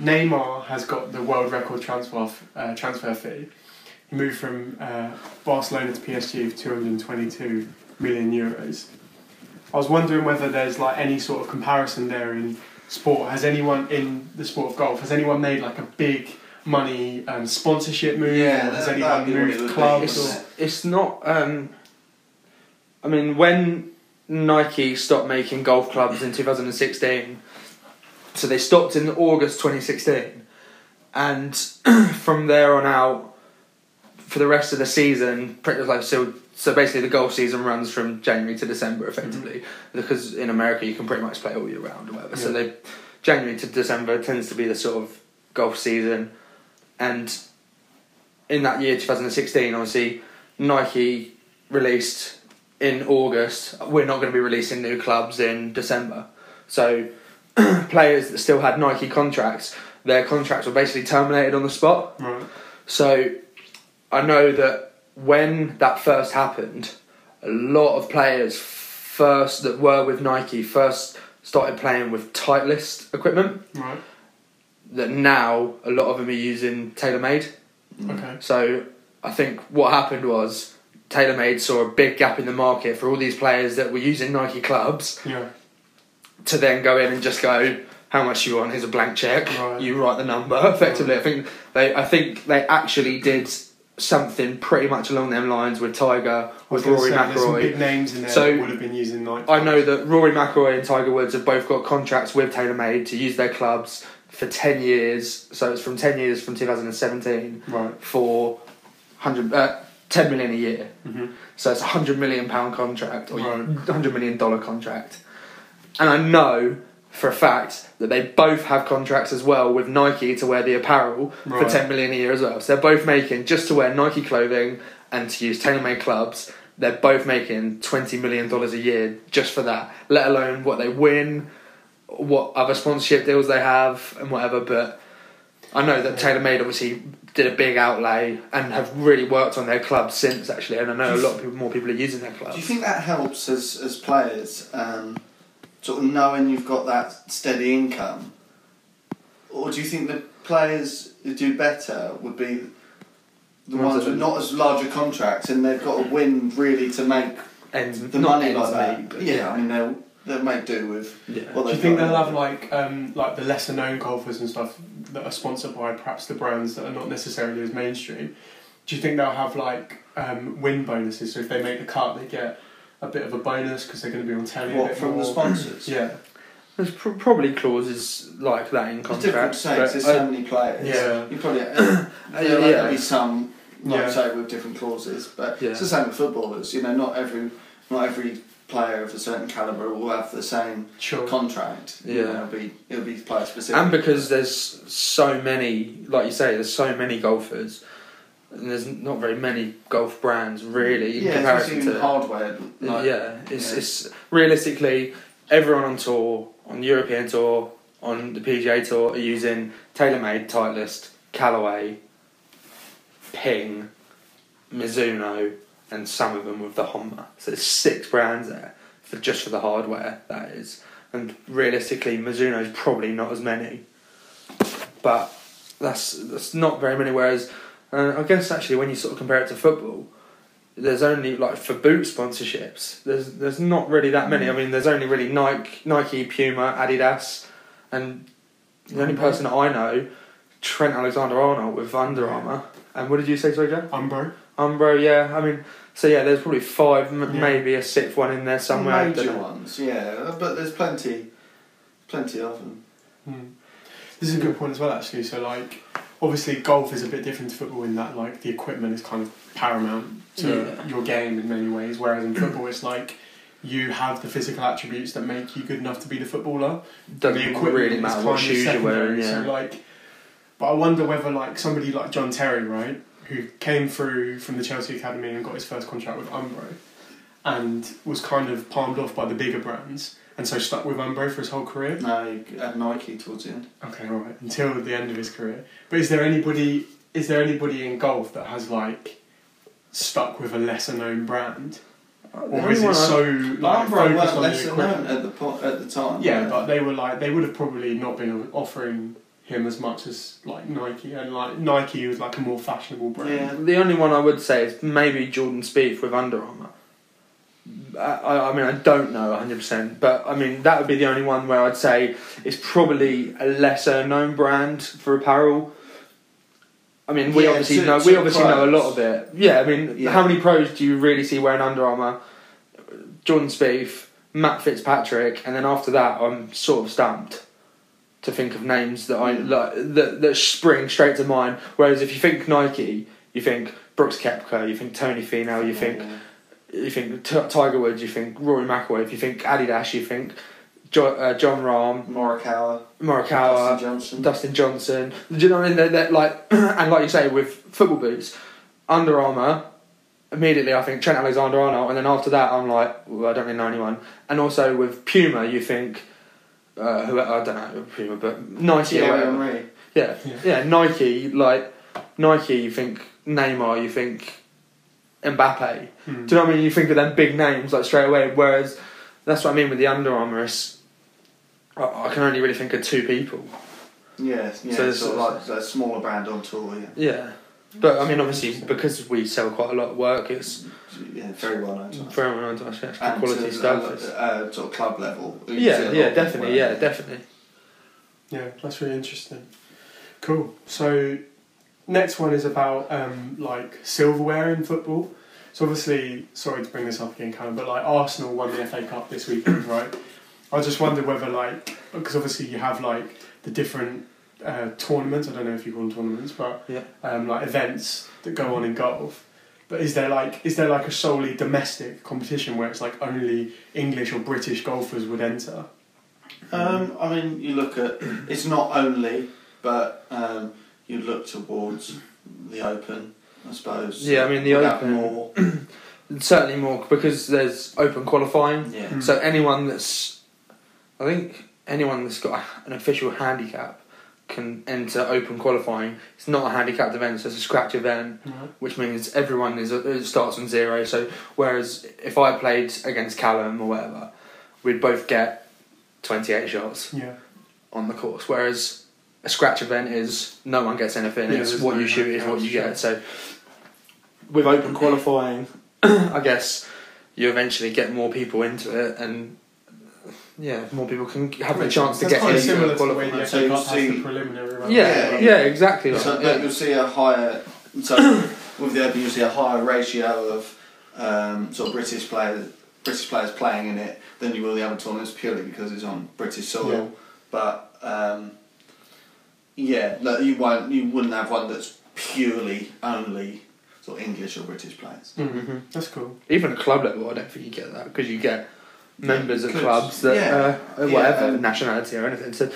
D: Neymar has got the world record transfer f- uh, transfer fee. He moved from uh, Barcelona to PSG for two hundred and twenty-two million euros. I was wondering whether there's like any sort of comparison there in sport. Has anyone in the sport of golf has anyone made like a big money um, sponsorship move?
A: Yeah,
D: or has
A: that-
D: anyone
A: that'd be what it would
D: moved
A: be.
D: clubs?
C: it's,
A: Absolutely.
C: it's not um, I mean when Nike stopped making golf clubs in 2016 so they stopped in August 2016 and from there on out for the rest of the season pretty like so so basically the golf season runs from January to December effectively because in America you can pretty much play all year round or whatever so
D: Yeah.
C: they January to December tends to be the sort of golf season and in that year 2016 obviously Nike released in August we're not going to be releasing new clubs in December so players that still had Nike contracts their contracts were basically terminated on the spot
D: Right.
C: so I know that when that first happened, a lot of players first that were with Nike first started playing with Titleist equipment.
D: Right.
C: That now a lot of them are using TaylorMade.
D: Okay.
C: So I think what happened was TaylorMade saw a big gap in the market for all these players that were using Nike clubs
D: Yeah.
C: to then go in and just go, how much you want? Here's a blank check.
D: Right.
C: You write the number. Effectively, I think they, I think they actually did something pretty much along them lines with Tiger,
D: I was
C: with
D: gonna
C: Rory
D: say, There's some
C: McIlroy.
D: big names in there
C: So-
D: that would have been using Nike.
C: I know that Rory McIlroy and Tiger Woods have both got contracts with TaylorMade to use their clubs for ten years. So it's from ten years from 2017
D: Right.
C: for 100, uh, 10 million a year.
D: hmm
C: So it's a hundred million pound contract or
D: Right.
C: hundred million dollar contract. And I know for a fact that they both have contracts as well with Nike to wear the apparel
D: Right.
C: for ten million a year as well. So they're both making just to wear Nike clothing and to use TaylorMade clubs. They're both making twenty million dollars a year just for that. Let alone what they win, what other sponsorship deals they have, and whatever. But I know that TaylorMade obviously did a big outlay and have really worked on their clubs since actually. And I know a lot of people, more people are using their
A: Do you
C: clubs.
A: think that helps as as players, um, sort of knowing you've got that steady income, or do you think the players who do better would be the
C: Ones
A: ones
C: that-
A: with not as large a contracts and they've got to win really to make
C: And
A: the
C: not
A: money like
C: ends
A: that?
C: meet, but
A: yeah, I mean they'll they'll make do with
C: yeah.
A: what
D: Do
A: they
D: you think they'll have like um, like the lesser known golfers and stuff that are sponsored by perhaps the brands that are not necessarily as mainstream? Do you think they'll have like um, win bonuses? So if they make the cut, they get a bit of a bonus because they're going to be on telly. a
A: what
D: bit
A: from
D: more.
A: the sponsors?
D: Yeah.
C: There's pr- probably clauses like that in
A: It's different
C: contracts.
A: states, there's
C: but I-
A: so many players.
D: Yeah.
A: You probably yeah, there'll be some like
D: Yeah.
A: say with different clauses, but
C: Yeah.
A: it's the same with footballers. You know, not every not every player of a certain calibre will have the same
D: Sure.
A: contract. you know,
C: Yeah.
A: it'll be it'll be player specific.
C: and because there's so many, like you say, there's so many golfers, and there's not very many golf brands really in
A: yeah,
C: comparison
A: especially
C: to
A: in hardware. Like,
C: yeah, it's
A: yeah.
C: it's realistically everyone on tour, on the European tour, on the PGA tour are using TaylorMade, Titleist, Callaway, Ping, Mizuno, and some of them with the Honma. So there's six brands there for just for the hardware that is, and realistically Mizuno's probably not as many, but that's that's not very many. Whereas uh, I guess actually when you sort of compare it to football there's only like for boot sponsorships. There's there's not really that many. I mean, there's only really Nike, Nike, Puma, Adidas, and the only person that I know, Trent Alexander Arnold with Under
D: Yeah.
C: Armour. And what did you say, sorry, Joe?
D: Umbro.
C: Umbro. Yeah, I mean, so yeah, there's probably five, m-
D: Yeah.
C: maybe a sixth one in there somewhere. I
A: Major
C: don't know.
A: ones, yeah, but there's plenty, plenty of them.
D: Hmm. This is a good point as well, actually. So, like, obviously, golf is a bit different to football in that, like, the equipment is kind of paramount to
C: Yeah.
D: your game in many ways. Whereas in football, it's like you have the physical attributes that make you good enough to be the footballer. the
C: Doesn't
D: equipment
C: really
D: is
C: matter
D: kind
C: what
D: of
C: shoes you're
D: secondary,
C: wearing. Yeah.
D: So, like, but I wonder whether, like, somebody like John Terry, right, who came through from the Chelsea Academy and got his first contract with Umbro and was kind of palmed off by the bigger brands and so stuck with Umbro for his whole career.
A: No, you had Nike towards the end.
D: Okay, all right. Until the end of his career. But is there anybody? Is there anybody in golf that has like stuck with a lesser known brand,
C: The
D: or
C: only
D: is it
C: one I-
D: so like
A: Umbro weren't
D: focused on the
A: lesser known
D: equipment?
A: at the po- at the time.
D: Yeah, but they were like they would have probably not been offering him as much as like Nike, and like Nike was like a more fashionable brand.
A: Yeah.
C: The only one I would say is maybe Jordan Spieth with Under Armour. I, I I mean, I don't know 100%, but I mean, that would be the only one where I'd say it's probably a lesser known brand for apparel. I mean, we
A: Yeah,
C: obviously
A: to-
C: know
A: to
C: we obviously know a
A: pros.
C: lot of it. Yeah, I mean,
A: Yeah.
C: how many pros do you really see wearing Under Armour? Jordan Spieth, Matt Fitzpatrick, and then after that, I'm sort of stumped to think of names that I
A: Mm.
C: like, that that spring straight to mind. Whereas if you think Nike, you think Brooks Koepka, you think Tony Finau, you think
A: Yeah.
C: you think T- Tiger Woods, you think Rory McIlroy, if you think Adidas, you think jo- uh, John Rahm,
A: Morikawa,
C: Morikawa,
A: Dustin Johnson.
C: Dustin Johnson. Do you know what I mean? They're, they're like, and like you say, with football boots, Under Armour. Immediately, I think Trent Alexander-Arnold, and then after that, I'm like, well, I don't really know anyone. And also with Puma, you think, uh, who I don't know Puma, but Nike. or
A: Thierry
C: whatever.
A: Henry.
C: Yeah,
D: Yeah.
C: yeah. Nike, like Nike, you think Neymar, you think Mbappe.
D: Hmm.
C: Do you know what I mean? You think of them big names like straight away. Whereas that's what I mean with the Under Armourists. I, I can only really think of two people.
A: Yeah, yeah.
C: So
A: So
C: it's-
A: sort of like a smaller brand on tour. Yeah,
C: Yeah, but I mean, obviously, because we sell quite a lot of work, it's
A: yeah very well known. to us.
C: very well known to us.
A: And
C: Actually, quality
A: to,
C: stuff.
A: Uh,
C: It's-
A: uh, sort of club level. you see a
C: yeah,
A: lot
C: yeah,
A: of
C: definitely,
A: wear.
C: yeah, definitely.
D: Yeah, that's really interesting. Cool. So, next one is about um, like silverware in football. So obviously, sorry to bring this up again, Callum, but like Arsenal won the FA Cup this weekend, right? I just wonder whether like because obviously you have like the different uh, tournaments. I don't know if you call them tournaments, but
C: Yeah.
D: um, like events that go on in golf. But is there like is there like a solely domestic competition where it's like only English or British golfers would enter?
A: Um, I mean, you look at it's not only, but um, you look towards the Open, I suppose.
C: Yeah, I mean, the
A: Without
C: Open-
A: More,
C: Certainly more because there's open qualifying.
A: yeah.
D: Mm.
C: So anyone that's, I think anyone that's got an official handicap can enter open qualifying. It's not a handicapped event, so it's a scratch event, which means everyone is it starts from zero. So whereas if I played against Callum or whatever, we'd both get twenty eight shots
D: Yeah.
C: on the course. Whereas a scratch event is no one gets anything.
D: Yeah,
C: it's
D: there's
C: what
D: no
C: you shoot is what
D: handicap,
C: you
D: sure.
C: get. So with open qualifying, I guess you eventually get more people into it, and yeah, more people can have the
D: Makes
C: chance to
D: sense.
C: get
D: That's quite
C: into
D: similar
C: the
D: to the way the
C: qualifying.
A: So
D: FA
A: you
D: Cup has the
A: see-
D: preliminary round.
C: Yeah,
A: Yeah.
C: yeah, exactly. Like,
A: So
C: yeah.
A: that you'll see a higher. So with the Open, you'll see a higher ratio of um, sort of British players, British players playing in it than you will the other tournaments purely because it's on British soil.
D: Yeah.
A: But um, yeah, no, you won't. You wouldn't have one that's purely only sort of English or British players.
D: Mm,
C: Mhm.
D: That's cool.
C: Even at club level, I don't think you get that because you get members of
A: clubs.
C: clubs that
A: Yeah.
C: uh,
A: Yeah,
C: whatever
A: um,
C: nationality or anything. So,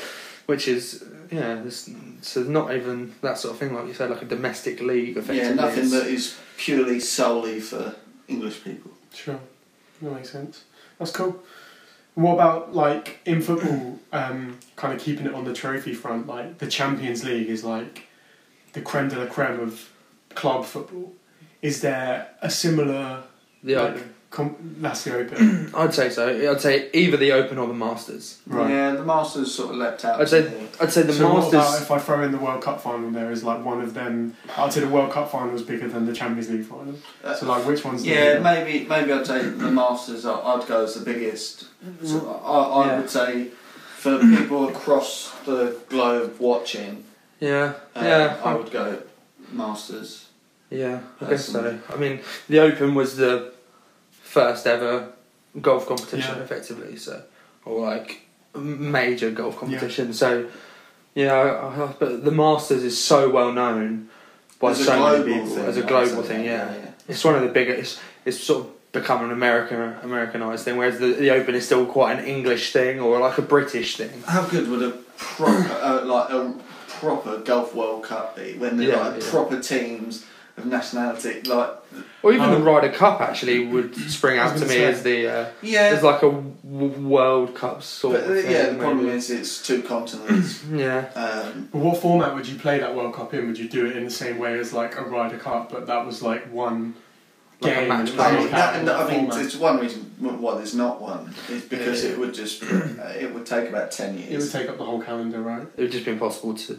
C: which is yeah, this, so not even that sort of thing. Like you said, like a domestic league. Effectively,
A: Yeah, nothing
C: is-
A: that is purely solely for English people.
D: Sure, that makes sense. That's cool. And What about like in football? Um, kind of keeping it on the trophy front, like the Champions League is like the creme de la creme of club football. Is there a similar?
C: the
D: like,
C: open.
D: com- that's the open.
C: I'd say so. I'd say either the Open or the Masters.
D: right.
A: Yeah, the Masters sort of leapt out.
C: I'd say-
A: didn't
C: I'd say the
D: so what about
C: Masters.
D: if I throw in the World Cup final? There is like one of them. I'd say the World Cup final is bigger than the Champions League final.
A: they? Uh,
D: So like, which one's the
A: yeah,
D: bigger?
A: maybe maybe I'd say the Masters. I- I'd go as the biggest. So I, I
C: Mm-hmm. Yeah.
A: would say for people across the globe watching,
C: Yeah,
A: uh,
C: yeah,
A: I would go Masters.
C: yeah. I guess so.
A: Personally.
C: Um, I mean, the Open was the first ever golf competition,
D: Yeah.
C: effectively. So, or like m- major golf competition. So, yeah, I, I, but the Masters is so well known by
A: As a
C: so many
A: global
C: people
A: thing,
C: as a
A: I'd
C: global
A: say,
C: thing. Yeah.
A: yeah.
C: it's one of the bigger. It's it's sort of become an American Americanized thing, whereas the, the Open is still quite an English thing or like a British thing.
A: How good would a proper uh, like a proper golf World Cup be when they're
C: Yeah,
A: like
C: yeah.
A: proper teams of nationality? Like
C: Or even the
D: Um,
C: Ryder Cup actually would spring
D: I was
C: out to me
D: gonna say.
C: as the uh,
A: yeah,
C: as like a w- World Cup sort
A: but, uh,
C: of thing.
A: yeah. The problem
C: maybe.
A: is it's two continents.
C: yeah,
A: um,
D: But what format would you play that World Cup in? Would you do it in the same way as like a Ryder Cup, but that was like one
C: Like a
D: game?
C: match
D: and
C: play.
A: I
D: it
A: mean,
D: was
A: that, and
D: like
A: I mean,
D: format?
A: it's one reason why there's not one is because
C: Yeah.
A: it would just uh, it would take about ten
D: it would
A: years.
D: take up the whole calendar, right?
C: it would just be impossible to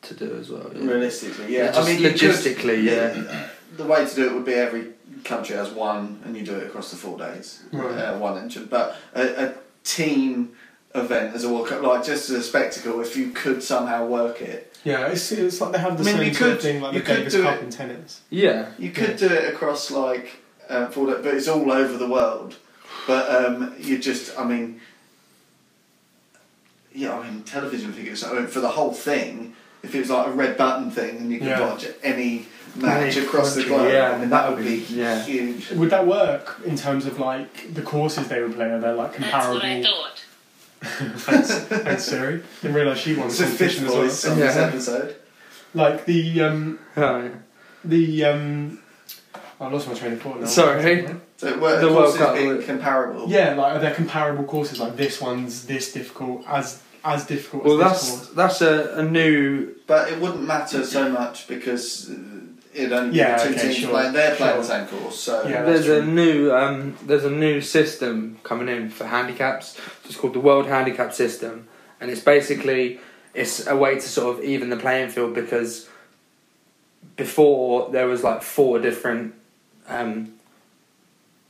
C: to do as well. Yeah.
A: Realistically, yeah.
C: Just
A: I mean, you could-
C: logistically, yeah.
A: The way to do it would be every country has one, and you do it across the four days,
D: Right.
A: uh, one inch. But a, a team event as a World Cup, like just as a spectacle, if you could somehow work it,
D: Yeah, it's, it's like they have the
A: I mean,
D: same
A: you
D: sort of
A: could-
D: thing like the
A: you could
D: Davis
A: do
D: Cup
A: it-
D: in tennis.
C: yeah,
A: you could do it across like uh, four days, but it's all over the world. But um, you just, I mean, yeah, I mean, television figures. I mean, for the whole thing, if it was like a red button thing, and you could
D: Yeah.
A: watch any match
C: Any
A: across the
C: country,
A: globe,
C: yeah,
A: I mean, that would be
C: yeah.
A: huge.
D: Would that work in terms of like the courses they would play? Are they like
B: That's what I
D: comparable?
B: thought.
D: Thanks, thanks, Siri. Didn't realise she won the
A: It's a fish
D: competition as well.
A: voice on this
C: Yeah.
A: episode.
D: Like the um,
C: Alright.
D: the um, I lost my train of thought now.
C: Sorry.
A: So it were,
C: The
A: the
C: World
A: course
C: Cup,
A: is being
C: wouldn't it?
A: comparable.
D: Yeah, like are there comparable courses? Like this one's this difficult as as difficult
C: Well,
D: as
C: that's
D: this course.
C: that's a, a new
A: But it wouldn't matter so much because uh, it'd only
D: Yeah,
A: be the two
D: okay,
A: teams
D: sure,
A: playing. They're playing
D: sure.
A: the same course, so
D: Yeah. that's
C: there's a
D: true.
C: new um, there's a new system coming in for handicaps. It's called the World Handicap System, and it's basically it's a way to sort of even the playing field because before there was like four different um,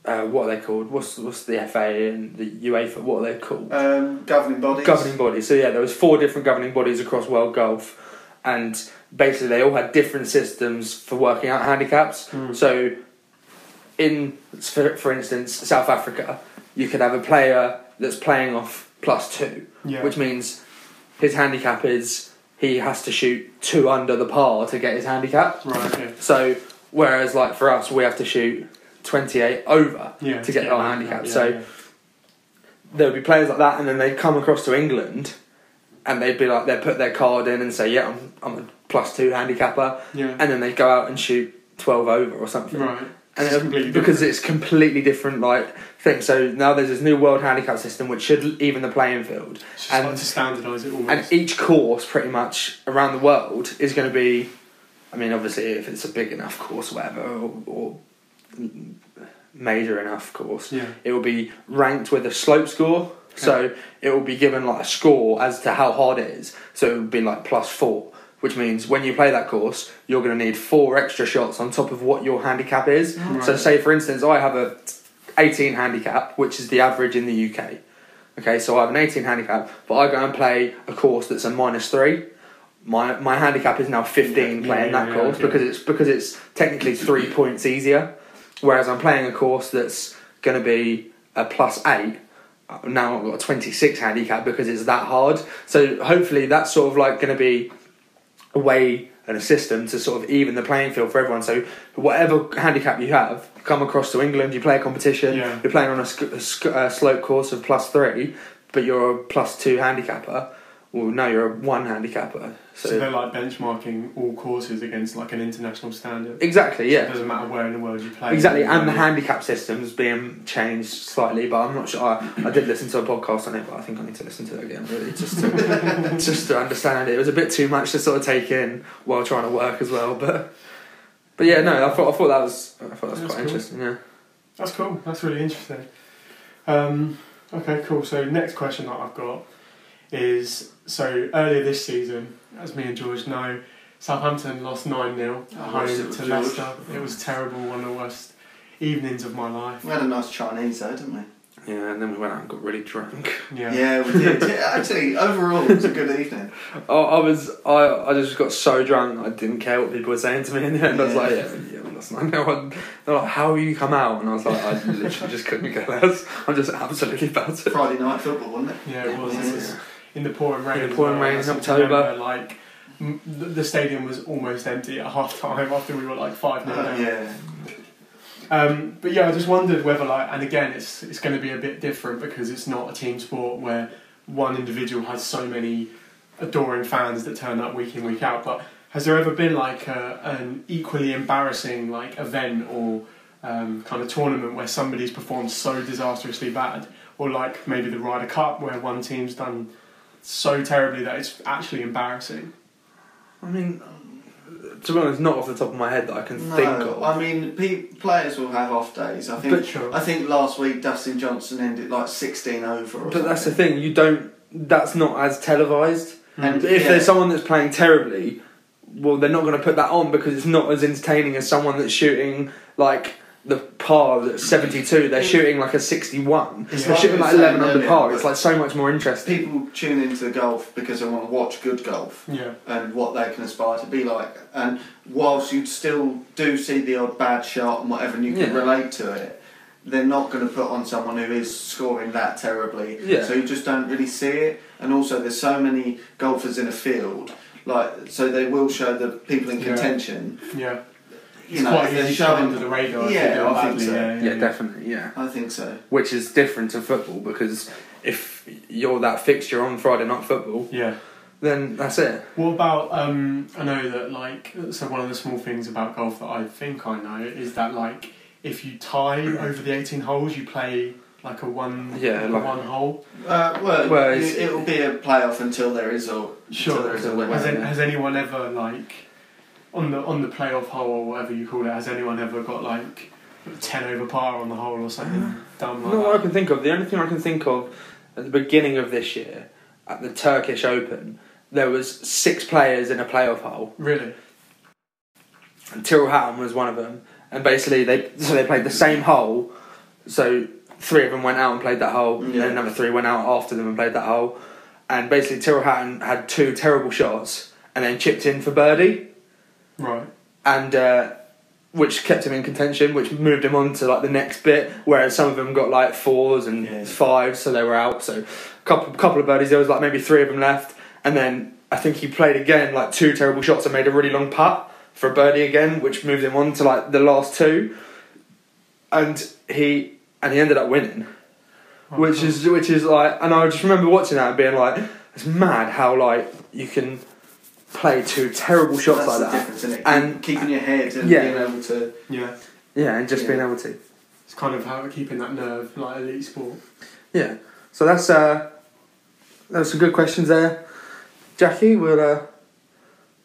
C: uh, what are they called? What's what's the FA and the UEFA? What are they called?
A: um, governing bodies.
C: governing bodies. So yeah, there was four different governing bodies across world golf, and basically they all had different systems for working out handicaps.
D: Mm.
C: So, in for, for instance, South Africa, you could have a player that's playing off plus two,
D: Yeah.
C: which means his handicap is he has to shoot two under the par to get his handicap.
D: right. Okay.
C: So whereas like for us, we have to shoot twenty eight over
D: Yeah.
C: to get
D: yeah,
C: our
D: yeah,
C: handicap.
D: yeah,
C: so
D: yeah.
C: there would be players like that, and then they'd come across to England, and they'd be like they'd put their card in and say, "Yeah, I'm, I'm a plus two handicapper,"
D: Yeah.
C: and then they'd go out and shoot twelve over or something.
D: right.
C: And
D: It's
C: it-
D: completely
C: because
D: different.
C: it's completely different, like thing. So now there's this new world handicap system which should even the playing field,
D: It's just
C: and-
D: like to standardise it almost.
C: and each course pretty much around the world is going to be. I mean, obviously, if it's a big enough course, or whatever, or, or major enough course,
D: yeah.
C: it will be ranked with a slope score. So it will be given like a score as to how hard it is. So it would be like plus four, which means when you play that course, you're going to need four extra shots on top of what your handicap is. So
D: Right.
C: say for instance, I have a 18 handicap, which is the average in the UK. Okay, so I have an 18 handicap, but I go and play a course that's a minus three. My, my handicap is now 15
D: Yeah,
C: playing
D: yeah,
C: that
D: yeah,
C: course
D: okay.
C: because it's because it's technically three points easier. Whereas I'm playing a course that's going to be a plus eight. Uh, Now I've got a 26 handicap because it's that hard. So hopefully that's sort of like going to be a way and a system to sort of even the playing field for everyone. So whatever handicap you have, you come across to England, you play a competition,
D: Yeah.
C: you're playing on a, sc- a sc- a slope course of plus three, but you're a plus two handicapper. Well, no, you're a one handicapper.
D: So,
C: So,
D: they're like benchmarking all courses against like an international standard.
C: exactly,
D: It
C: yeah,
D: doesn't matter where in the world you play.
C: exactly.
D: you
C: And the
D: know.
C: handicap system's being changed slightly, but I'm not sure. I, I did listen to a podcast on it, but I think I need to listen to it again really just to, just to understand it. It was a bit too much to sort of take in while trying to work as well, but. But yeah, no, I thought I thought that was I thought that was
D: That's
C: quite
D: cool.
C: interesting. Yeah.
D: That's cool. That's really interesting. Um, okay, cool. So next question that I've got is so earlier this season, as me and George know, Southampton lost nine 0 at
C: Oh,
A: I watched it
D: home
A: with
D: to
A: George.
D: Leicester. It was terrible. One of the worst evenings of my life.
A: We had a nice Chinese though, didn't we?
C: Yeah, and then we went out and got really drunk.
D: Yeah.
A: Yeah, we did. Yeah, actually, overall, it was a good evening.
C: I, I was, I, I just got so drunk, I didn't care what people were saying to me in the end. I was like, yeah, yeah, well, that's not. No, they're like, how have you come out? And I was like, I literally just couldn't care less. I'm just absolutely about it.
A: Friday night football, wasn't it?
D: Yeah, it was. It was
C: Yeah.
D: in the pouring rain.
C: In the
D: as
C: pouring
D: well.
C: rain
D: I
C: in
D: seem to
C: October.
D: remember, Like m- the the stadium was almost empty at half time after we were like five 0
A: Uh,
D: down.
A: yeah.
D: Um, but yeah, I just wondered whether like, and again, it's it's going to be a bit different because it's not a team sport where one individual has so many adoring fans that turn up week in week out. But has there ever been like a, an equally embarrassing like event or um, kind of tournament where somebody's performed so disastrously bad, or like maybe the Ryder Cup where one team's done so terribly that it's actually embarrassing?
C: I mean, to be honest, not off the top of my head that I can think of.
A: No, I mean, pe- players will have off days. I think.
C: But-
D: sure.
A: I think last week Dustin Johnson ended like sixteen over. Or
C: but that's the
A: something.
C: thing, you don't, that's not as televised.
A: And
C: If
A: yeah,
C: there's someone that's playing terribly, well, they're not going to put that on because it's not as entertaining as someone that's shooting like the par that's 72. They're shooting like a 61.
A: It's
C: they're
A: like
C: shooting
A: we
C: like
A: were
C: 11
A: saying
C: under
A: earlier,
C: par. It's
A: but-
C: like so much more interesting.
A: people tune into golf because they want to watch good golf.
D: Yeah.
A: and what they can aspire to be like. And whilst you still do see the odd bad shot and whatever, and you can
C: Yeah.
A: relate to it, they're not going to put on someone who is scoring that terribly.
C: Yeah.
A: So you just don't really see it. And also, there's so many golfers in a field. Like so, they will show the people in
D: Yeah.
A: contention.
D: Yeah.
A: You
D: It's
A: know,
D: quite
A: if they're
D: easy to go
A: showing-
D: under the radar. if
A: Yeah,
D: you're doing
A: I think
D: badly,
A: so.
D: yeah,
C: Yeah, definitely, yeah.
A: I think so.
C: Which is different to football because if you're that fixture on Friday night football,
D: Yeah.
C: then that's it.
D: What about um? I know that like so one of the small things about golf that I think I know is that like if you tie over the eighteen holes, you play like a one
C: Yeah,
D: a
C: like-
D: one hole.
A: Uh, well,
C: Well, it's-
A: it will be a playoff until there is a
D: Sure.
A: Until there is a
D: Has,
A: winner.
D: an- has anyone ever like on the on the playoff hole or whatever you call it? Has anyone ever got like ten over par on the hole or something dumb like
C: Uh, No, I
D: that?
C: can think of the only thing I can think of at the beginning of this year at the Turkish Open, there was six players in a playoff hole.
D: Really?
C: and Tyrrell Hatton was one of them. And basically, they so they played the same hole. So three of them went out and played that hole, and
A: Yeah.
C: then another three went out after them and played that hole. And basically, Tyrrell Hatton had two terrible shots and then chipped in for birdie,
D: Right.
C: and uh, which kept him in contention, which moved him on to like the next bit. Whereas some of them got like fours and
A: Yeah.
C: fives, so they were out. So couple couple of birdies. There was like maybe three of them left, and then I think he played again like two terrible shots and made a really long putt for a birdie again, which moved him on to like the last two, and he and he ended up winning,
D: Oh,
C: which
D: cool.
C: is which is like, and I just remember watching that and being like, it's mad how like you can play two terrible shots
A: that's
C: like
A: the
C: that.
A: difference, isn't it?
C: And-
A: keeping your head and
C: Yeah.
A: being able to.
D: yeah.
C: Yeah, and just
A: Yeah.
C: being able to.
D: It's kind of how keeping that nerve like elite sport.
C: Yeah. So that's uh that was some good questions there. Jackie, we'll uh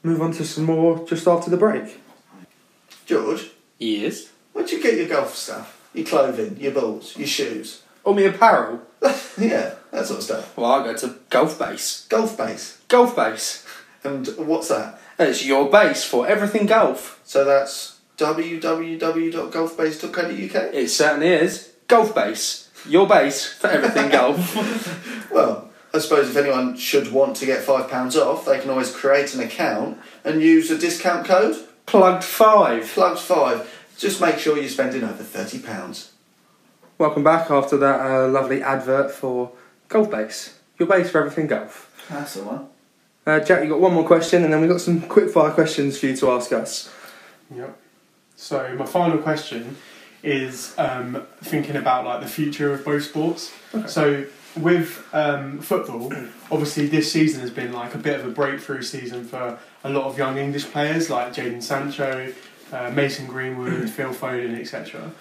C: move on to some more just after the break.
A: George,
C: Yes.
A: where'd you get your golf stuff? Your clothing, your balls, your shoes.
C: Or me apparel.
A: Yeah, that sort of stuff.
C: Well I go to golf base.
A: Golf base.
C: Golf base.
A: And what's that?
C: It's your base for everything golf.
A: So that's www.golfbase.co.uk.
C: It certainly is. Golf base. Your base for everything golf.
A: Well, I suppose if anyone should want to get £5 off, they can always create an account and use a discount code,
C: Plugged five.
A: plugs 5 Just make sure you're spending over £30.
C: Welcome back after that uh, lovely advert for Golf Base. Your base for everything golf.
A: That's the one.
C: Uh, Jack, you got one more question, and then we've got some quick fire questions for you to ask us.
D: Yep. So my final question is um, thinking about like the future of both sports.
C: Okay.
D: So with um, football, obviously this season has been like a bit of a breakthrough season for a lot of young English players like Jadon Sancho, uh, Mason Greenwood, Phil Foden, etc.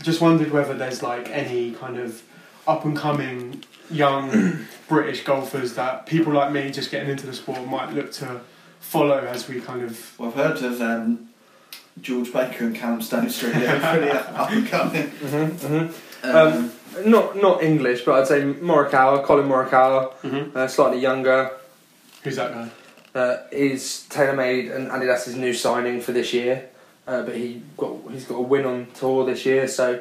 D: I just wondered whether there's like any kind of up and coming young British golfers that people like me just getting into the sport might look to follow as we kind of
A: Well, I've heard of um, George Baker and Callum Stones really, pretty up and coming.
C: Mm-hmm, mm-hmm.
A: Um,
C: Um, Not not English, but I'd say Morikawa, Colin Morikawa, uh, slightly younger,
D: Who's that guy?
C: uh, is TaylorMade and Adidas' new signing for this year. Uh, but he got he's got a win on tour this year, so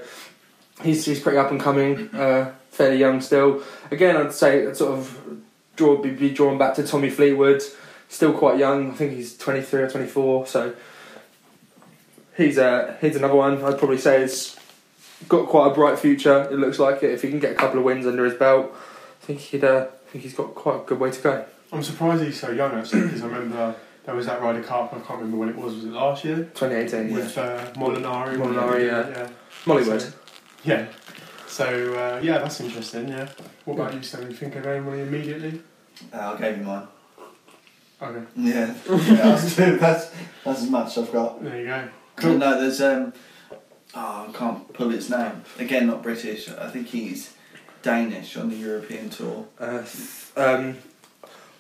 C: he's he's pretty up and coming, uh, fairly young still. Again, I'd say I'd sort of draw be, be drawn back to Tommy Fleetwood, still quite young. I think he's twenty three or twenty four, so he's uh, he's another one I'd probably say has got quite a bright future. It looks like it if he can get a couple of wins under his belt. I think he'd uh, I think he's got quite a good way to go.
D: I'm surprised he's so young actually, because I remember there was that Ryder Cup. I can't remember when it was. Was it last year
C: Twenty eighteen, yeah.
D: with uh, Molinari?
C: Molinari, yeah.
D: yeah,
C: Mollywood.
D: yeah. So uh, yeah, that's interesting. Yeah. What about you, Sam? You think of anybody immediately?
A: uh, I'll give you mine.
D: Okay,
A: Yeah, yeah that's, that's, that's as much I've got.
D: there you go.
A: Cool.
D: Cool.
A: No, there's um, oh, I can't pull its name. Again, not British. I think he's Danish on the European tour.
C: Uh, th- um,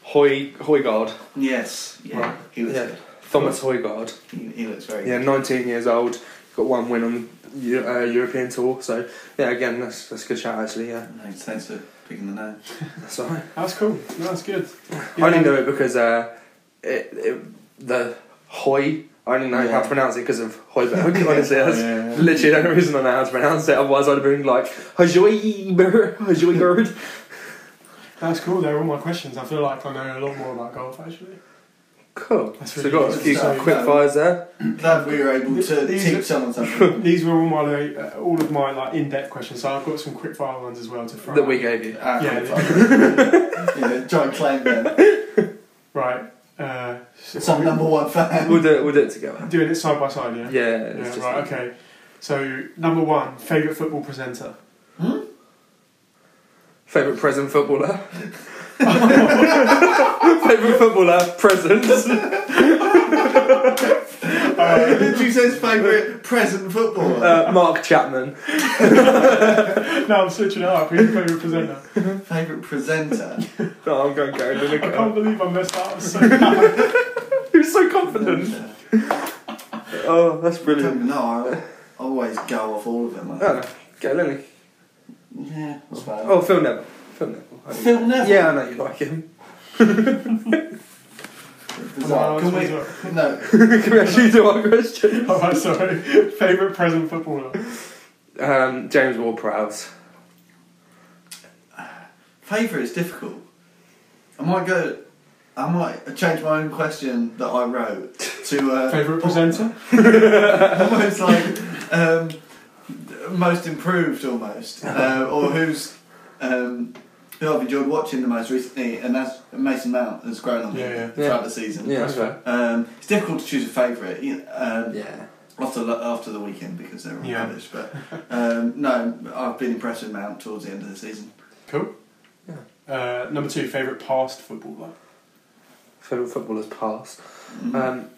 C: Hoy Hoygaard,
A: Yes, yeah,
C: Right.
A: he looks
C: Yeah.
A: good.
C: Thomas Hoygaard.
A: He, he looks very
C: Yeah, 19 years old. Got one win on Eu- uh, European tour. So yeah, again, that's that's a good shout actually. Yeah,
A: good. Thanks, thanks for picking the name.
C: that's alright.
D: That's cool. No, that's good.
C: I
D: Yeah.
C: only know it because uh, it, it, the Hoy. I only know how
A: Yeah.
C: to pronounce it because of Hoiberg. Honestly, that's
D: Yeah.
C: literally the only reason I know how to pronounce it. Otherwise, I'd have been like Hojoyberg. Hojoyberg.
D: That's cool. They're all my questions. I feel like I know a lot more about golf actually.
C: Cool.
D: That's
C: so
D: really
C: got a
D: good.
C: few
A: So,
C: quick
A: um,
C: fires there.
A: Glad we were able to
D: These
A: teach
D: are-
A: someone something.
D: These were all my uh, all of my like in depth questions. So I've got some quick fire ones as well to throw.
C: That
D: out.
C: we gave you.
A: Ah,
D: Yeah.
A: fuck. yeah, try and claim them.
D: Right. Uh, so-
A: Some number one fan.
C: We'll do it. We'll do it together.
D: Doing it side by side, yeah.
C: Yeah. it's
D: Yeah,
C: just-
D: right, okay. So, number one, favourite football presenter?
C: Favorite present footballer. Favorite footballer present.
A: It
D: Uh,
A: literally says favourite present footballer.
C: Uh, Mark Chapman.
D: no, I'm switching it up. Who's your favourite presenter?
A: Uh, favourite presenter.
C: No, I'm going Gary
D: I
C: Lineker.
D: can't believe I messed that up. So bad.
C: He was so confident. Oh, that's brilliant.
A: no, I always go off all of them. I-
C: Oh, Gary Lineker.
A: Yeah, that's bad.
C: Oh, Phil Neville. Phil Neville. I-
A: Phil Neville.
C: Yeah, I know you like him.
A: Bizarre. Can we? No.
C: Can we actually do our question?
D: Oh, I'm sorry. Favourite present footballer?
C: Um, James Ward Prowse.
A: Favourite is difficult. I might go. I might change my own question that I wrote to uh,
D: Favourite presenter?
A: almost like um, most improved, almost, uh, or who's um, who I've enjoyed watching the most recently, and that's Mason Mount has grown on me
D: Yeah, yeah.
A: throughout the season.
C: Yeah, that's fair.
A: Um, it's difficult to choose a favourite you know, um,
C: Yeah.
A: after the- after the weekend because they're all
D: Yeah.
A: rubbish. But um, no, I've been impressed with Mount towards the end of the season.
D: Cool. Uh, number two, favourite past footballer?
C: Favorite footballer's pass.
A: Mhm.
C: Um,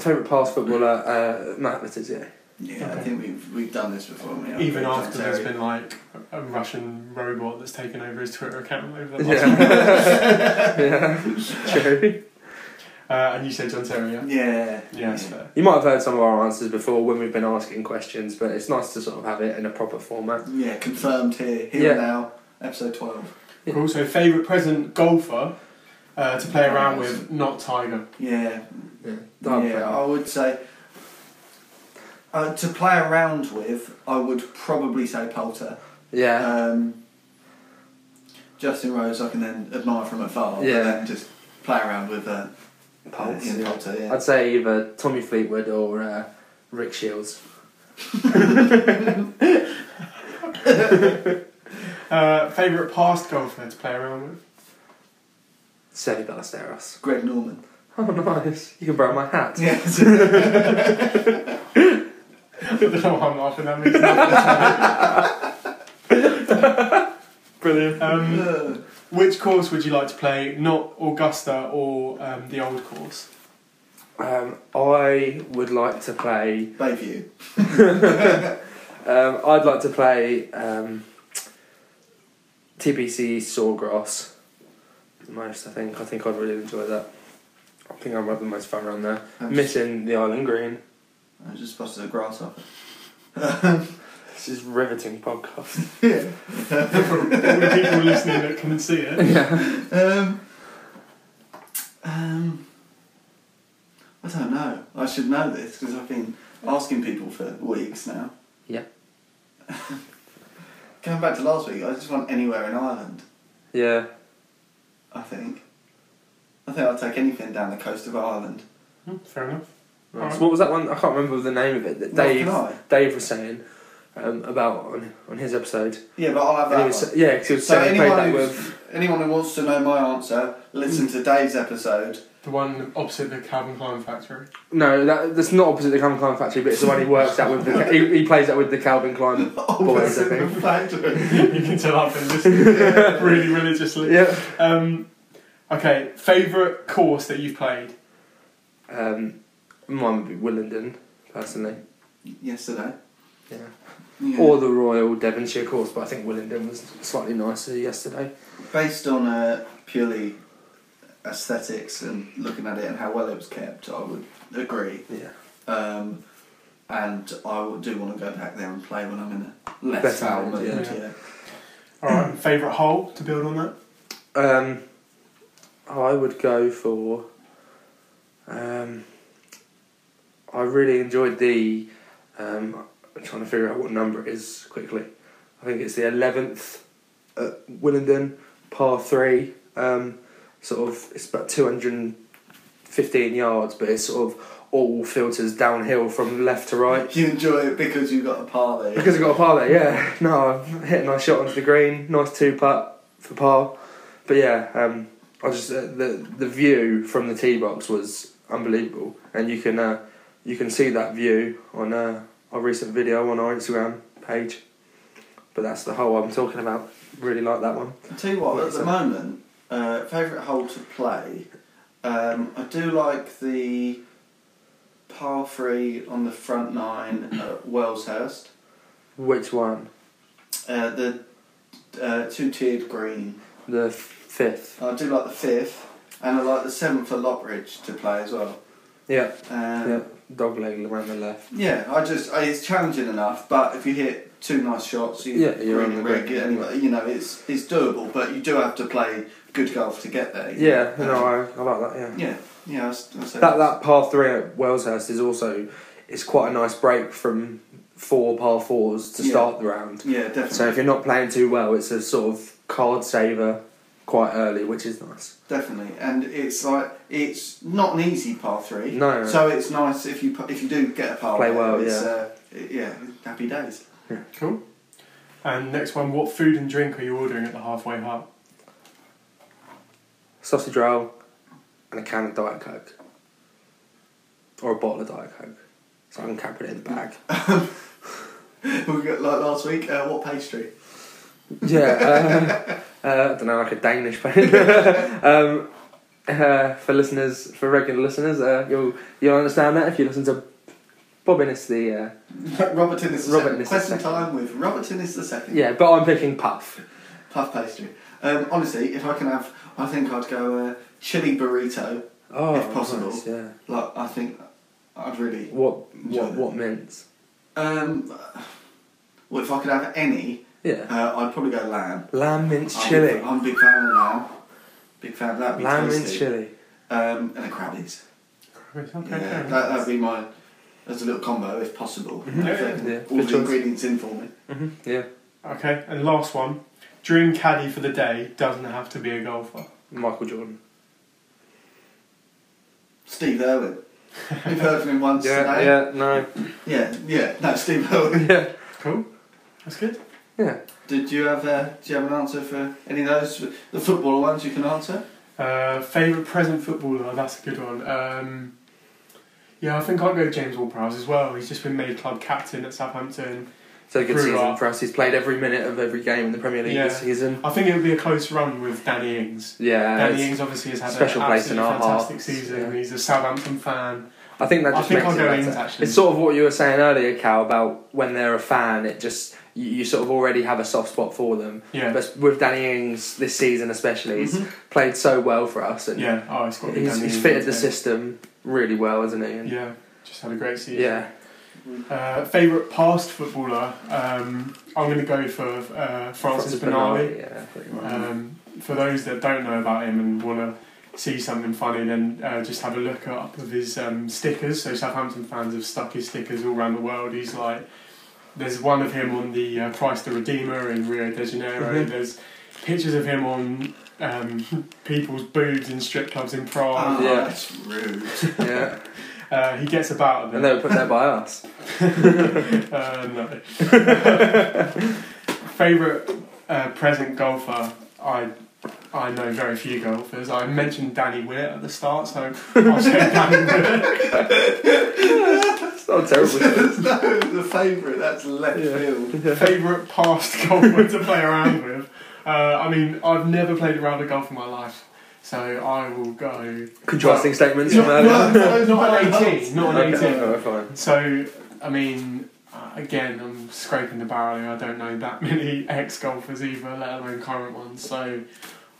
C: favorite pass footballer, uh, Matt Letizia.
A: Yeah,
D: Okay.
A: I think we've we've done this before. haven't we?
D: Even
A: I've done
D: after there's
A: Terry.
D: been like a Russian robot that's taken over his Twitter account over the last
C: Yeah. yeah. True.
D: Uh, and you said John Terry, yeah?
A: yeah,
D: Yeah, that's fair.
C: You might have heard some of our answers before when we've been asking questions, but it's nice to sort of have it in a proper format.
A: yeah, confirmed here, here
C: Yeah.
A: and now, episode twelve.
C: Yeah.
D: Cool. So, favourite present golfer uh, to play around with, not Tiger.
A: Yeah,
C: Yeah,
A: yeah, I would say uh, to play around with, I would probably say Poulter.
C: yeah.
A: Um, Justin Rose, I can then admire from afar,
C: Yeah.
A: but then just play around with uh,
C: Pulse,
A: Ian
C: yeah.
A: Poulter. Yeah.
C: I'd say either Tommy Fleetwood or uh, Rick Shields.
D: Uh, favourite past golfer to play around with?
C: Seve Ballesteros.
A: Greg Norman.
C: Oh, nice. You can borrow my hat.
A: Yes.
D: I don't know why I'm laughing. That makes no
C: Brilliant.
D: um, Which course would you like to play? Not Augusta or um, the old course.
C: Um, I would like to play.
A: Bayview.
C: Um, I'd like to play um, TBC Sawgrass the most. I think. I think I'd really enjoy that. I think I'm having the most fun around there.
A: I just,
C: Missing the Island Green.
A: I just spotted a grasshopper.
C: This is riveting podcast.
A: Yeah.
D: For all the people listening that can see it.
C: yeah.
A: Um, um, I don't know. I should know this because I've been asking people for weeks now.
C: Yeah.
A: Going back to last week, I just want anywhere in Ireland.
C: Yeah.
A: I think. I think I'll take anything down the coast of Ireland.
D: Hmm, Fair enough.
C: Nice. What was that one? I can't remember the name of it. That Dave.
A: North Kenai.
C: Dave was saying um, about on, on his episode.
A: Yeah, but I'll have
C: And
A: that.
C: he
A: one.
C: was, yeah, because he was
A: So
C: saying he played
A: anyone
C: that
A: who's-
C: with.
A: Anyone who wants to know my answer, listen to Dave's episode.
D: The one opposite the Calvin Klein factory.
C: No, that, that's not opposite the Calvin Klein factory, but it's the one he works at with the. He, he plays that with the Calvin Klein boys, I
A: Opposite the
C: think.
A: factory.
D: you can tell I've been listening really religiously.
C: Yeah.
D: Um, okay, favourite course that you've played?
C: Um, mine would be Willenden, personally.
A: Yesterday.
C: Yeah.
A: Yeah.
C: Or the Royal Devonshire course, but I think Willenden was slightly nicer yesterday.
A: Based on uh, purely aesthetics and looking at it and how well it was kept, I would agree.
C: Yeah.
A: Um, and I would- do want to go back there and play when I'm in a less
C: Better
A: foul mood.
C: mood,
D: yeah.
A: yeah.
D: Alright, favourite hole to build on that?
C: Um, I would go for. Um, I really enjoyed the. Um, I'm trying to figure out what number it is quickly. I think it's the eleventh at Willenden, par three. Um, sort of, it's about two hundred and fifteen yards, but it's sort of all filters downhill from left to right.
A: You enjoy it because you've got a par there.
C: Because I got a par there, yeah. No, I hit a nice shot onto the green, nice two putt for par. But yeah, um, I just uh, the the view from the tee box was unbelievable, and you can uh, you can see that view on uh, our recent video on our Instagram page. But that's the hole I'm talking about. Really like that one.
A: I tell you what,
C: What
A: at
C: is
A: the
C: that?
A: moment, uh, favourite hole to play, um, I do like the par three on the front nine at Wellshurst.
C: Which one?
A: Uh, the uh, two tiered green.
C: The fifth.
A: I do like the fifth, and I like the seventh at Lockridge to play as well.
C: Yeah.
A: Um,
C: yeah. Dog leg around the left.
A: Yeah, I just I, it's challenging enough, but if you hit two nice shots, you
C: Yeah,
A: green
C: you're on
A: and
C: the
A: red,
C: green,
A: anyway, you know it's it's doable, but you do have to play good golf to get there. you
C: Yeah.
A: know. Um,
C: No, I, I like that. Yeah.
A: yeah, yeah. I was, I was saying-
C: That that par three at Wellshurst is also it's quite a nice break from four par fours to
A: Yeah.
C: start the round.
A: Yeah, definitely,
C: So if you're not playing too well, it's a sort of card saver quite early, which is nice.
A: definitely, and it's like it's not an easy par three.
C: No.
A: So it's nice if you pu- if you do get a par.
C: Play
A: there,
C: well,
A: It's,
C: yeah.
A: uh, yeah, happy days.
D: Cool. And next one, what food and drink are you ordering at the halfway hut?
C: Sausage roll and a can of Diet Coke. Or a bottle of Diet Coke. So I can cap it in the bag.
A: we got like last week. Uh, what pastry?
C: yeah. Uh, uh, I don't know, like a Danish pen. um, uh, for listeners, for regular listeners, uh, you'll you'll understand that if you listen to Bob Innes, the uh,
A: Robert Innes. the
C: Robert
A: second.
C: Innes the
A: Question
C: second.
A: time with Robert Innes the second.
C: yeah, but I'm picking Puff.
A: Puff pastry. Um, honestly, if I can have, I think I'd go uh, chili burrito.
C: Oh,
A: If possible.
C: nice, yeah.
A: Like, I think I'd really.
C: What
A: Enjoy
C: what
A: that.
C: what mints?
A: Um, well, if I could have any,
C: Yeah.
A: uh, I'd probably go lamb.
C: Lamb mince
A: I'm-
C: chili.
A: I'm a big fan of lamb. Big fan of that.
C: Lamb mince chili.
A: Um, and a crabbies. Yeah,
D: Okay, fair
A: that
D: enough.
A: that'd be my. As a little combo, if possible.
D: Yeah,
A: If they can-
C: Mm-hmm. yeah.
A: All
C: Good
A: the
C: choice.
A: ingredients in for me.
D: Mm-hmm.
C: hmm Yeah.
D: Okay, and last one. Dream caddy for the day doesn't have to be a golfer.
C: Michael Jordan.
A: Steve Irwin. You've heard from him once today.
C: yeah, no.
A: Yeah, yeah. No, Steve Irwin.
C: yeah.
D: Cool. That's good.
C: Yeah.
A: Did you have uh, do you have an answer for any of those the footballer ones you can answer?
D: Uh, Favourite present footballer? That's a good one. Um, yeah, I think I'll go with James Ward-Prowse as well. He's just been made club captain at Southampton.
C: So a good
D: Through
C: season
D: our-
C: for us. He's played every minute of every game in the Premier League this
D: Yeah.
C: season.
D: I think it would be a close run with Danny Ings.
C: Yeah,
D: Danny
C: it's-
D: Ings obviously has had
C: special
D: an
C: place in
D: absolutely
C: our
D: fantastic
C: hearts,
D: season.
C: yeah.
D: He's a Southampton fan.
C: I think that
D: I
C: just
D: think
C: makes
D: I'll go
C: it
D: Ings
C: better.
D: actually.
C: It's sort of what you were saying earlier, Cal, about when they're a fan, it just you, you sort of already have a soft spot for them.
D: yeah, Mm-hmm.
C: But with Danny Ings this season, especially, he's
A: Mm-hmm.
B: Mhm.
C: played so well for us, and
D: yeah. Oh, it's got to be
C: he's,
D: Danny
C: he's
D: Ings,
C: fitted the
D: isn't
C: system really well, isn't he?
D: it?
C: And
D: Yeah, just had a great season.
C: yeah.
D: Uh, Favourite past footballer? Um, I'm going to go for uh, Francis, Benali.
C: Francis Bernardi, Yeah, pretty much.
D: Um, for those that don't know about him and want to see something funny, then uh, just have a look up of his um, stickers. So Southampton fans have stuck his stickers all around the world. He's like, there's one of him on the uh, Christ the Redeemer in Rio de Janeiro.
C: Mhm.
D: There's pictures of him on um, people's boobs in strip clubs in Prague.
B: Ah,
C: Oh, Yeah.
B: that's rude.
C: yeah.
D: Uh, he gets about a
C: And
D: bit.
C: they were put there by us.
D: uh, no. Favorite uh, present golfer? I I know very few golfers. I mentioned Danny Witt at the start, so I'll say Danny Witt.
C: It's not terrible.
B: no, the favourite. That's left
C: Yeah.
B: field.
D: Favorite past golfer to play around with? Uh, I mean, I've never played a round of golf in my life, so I will go.
C: Contrasting statements
B: Yeah,
C: from earlier.
B: no, no,
D: Not an
B: no, no.
D: 18. Not an
C: Okay,
D: 18.
C: alright, fine.
D: So, I mean, uh, again, I'm scraping the barrel here. I don't know that many ex golfers either, let alone current ones. So,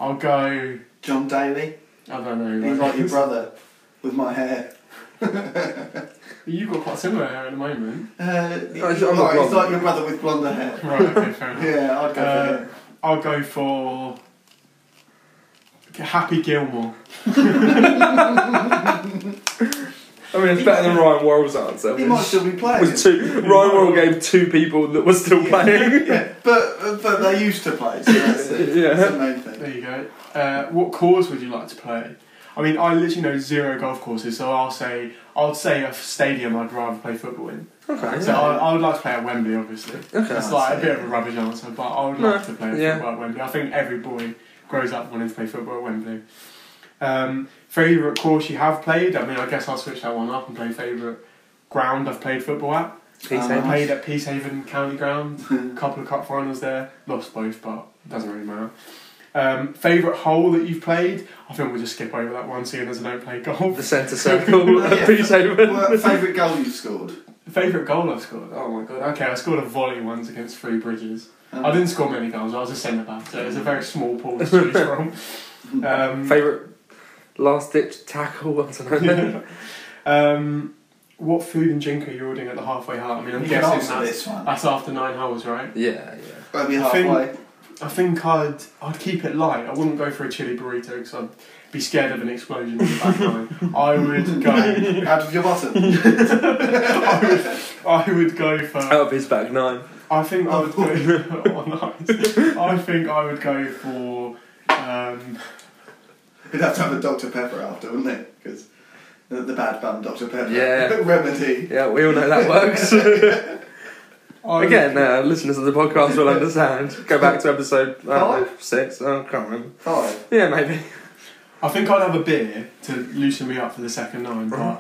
D: I'll go.
A: John Daly,
D: I don't know.
A: he's like your brother with my hair.
D: You've got quite similar hair at the moment.
A: Uh,
C: Oh,
A: he's,
C: he's- I'm not
A: like, he's
C: blonde.
A: like your brother with blonder hair.
D: Right, okay, fair enough.
A: Yeah, I'd go
D: Uh,
A: for him.
D: I'll go for. Happy Gilmore.
C: I mean, it's better than Ryan Worrell's answer.
D: Uh,
A: He might
C: Which
A: still be playing.
C: was two. Ryan Worrell gave two people that were still playing.
A: yeah, but but they used to play. So that's, the,
C: Yeah.
A: that's the main thing.
D: There you go. Uh, what course would you like to play? I mean, I literally know zero golf courses, so I'll say I'll say a stadium I'd rather play football in.
C: Okay.
D: So I, I would like to play at Wembley, obviously.
C: Okay.
D: It's like a bit of a rubbish answer, but I would
C: No,
D: like to play
C: yeah.
D: football at Wembley. I think every boy grows up wanting to play football at Wembley. Um, favourite course you have played? I mean, I guess I'll switch that one up and play favourite ground I've played football at.
C: Peace
D: I
A: Nice.
C: out.
D: played at Peacehaven County Ground, a couple of cup finals there, lost both, but doesn't really matter. Um, favourite hole that you've played? I think we'll just skip over that one, seeing as I don't play golf.
C: The centre circle
A: Yeah.
C: at Peace
A: Well,
C: Haven.
A: favourite goal you scored?
D: Favourite goal I've scored? Oh my god. Okay, I scored a volley once against Three Bridges.
A: Um.
D: I didn't score many goals. I was a centre back, so it was a very small pool to choose from. Um,
C: Favourite last ditch tackle? I don't know.
D: um, what food and drink are you ordering at the halfway hut? I mean, I'm
A: You can
D: guessing
A: answer
D: that's,
A: this one.
D: that's after nine holes, right?
C: Yeah, yeah.
A: Maybe
D: I think-
A: halfway.
D: I think I'd I'd keep it light. I wouldn't go for a chili burrito because I'd be scared of an explosion on the back nine. I would go.
A: Out of your bottom.
D: I would go for.
C: Out of his back nine.
D: I think I would go. oh, nice. I think I would go for. Um,
A: You'd have to have a Dr Pepper after, wouldn't it? Because the, the bad bum Dr Pepper.
C: Yeah.
A: Remedy.
C: Yeah, we all know that works.
D: I would-
C: Again, uh, listeners of the podcast will understand. Go back to episode I don't know, six. I can't remember.
A: Five.
C: Yeah, maybe.
D: I think I'd have a beer to loosen me up for the second nine,
C: Uh-huh.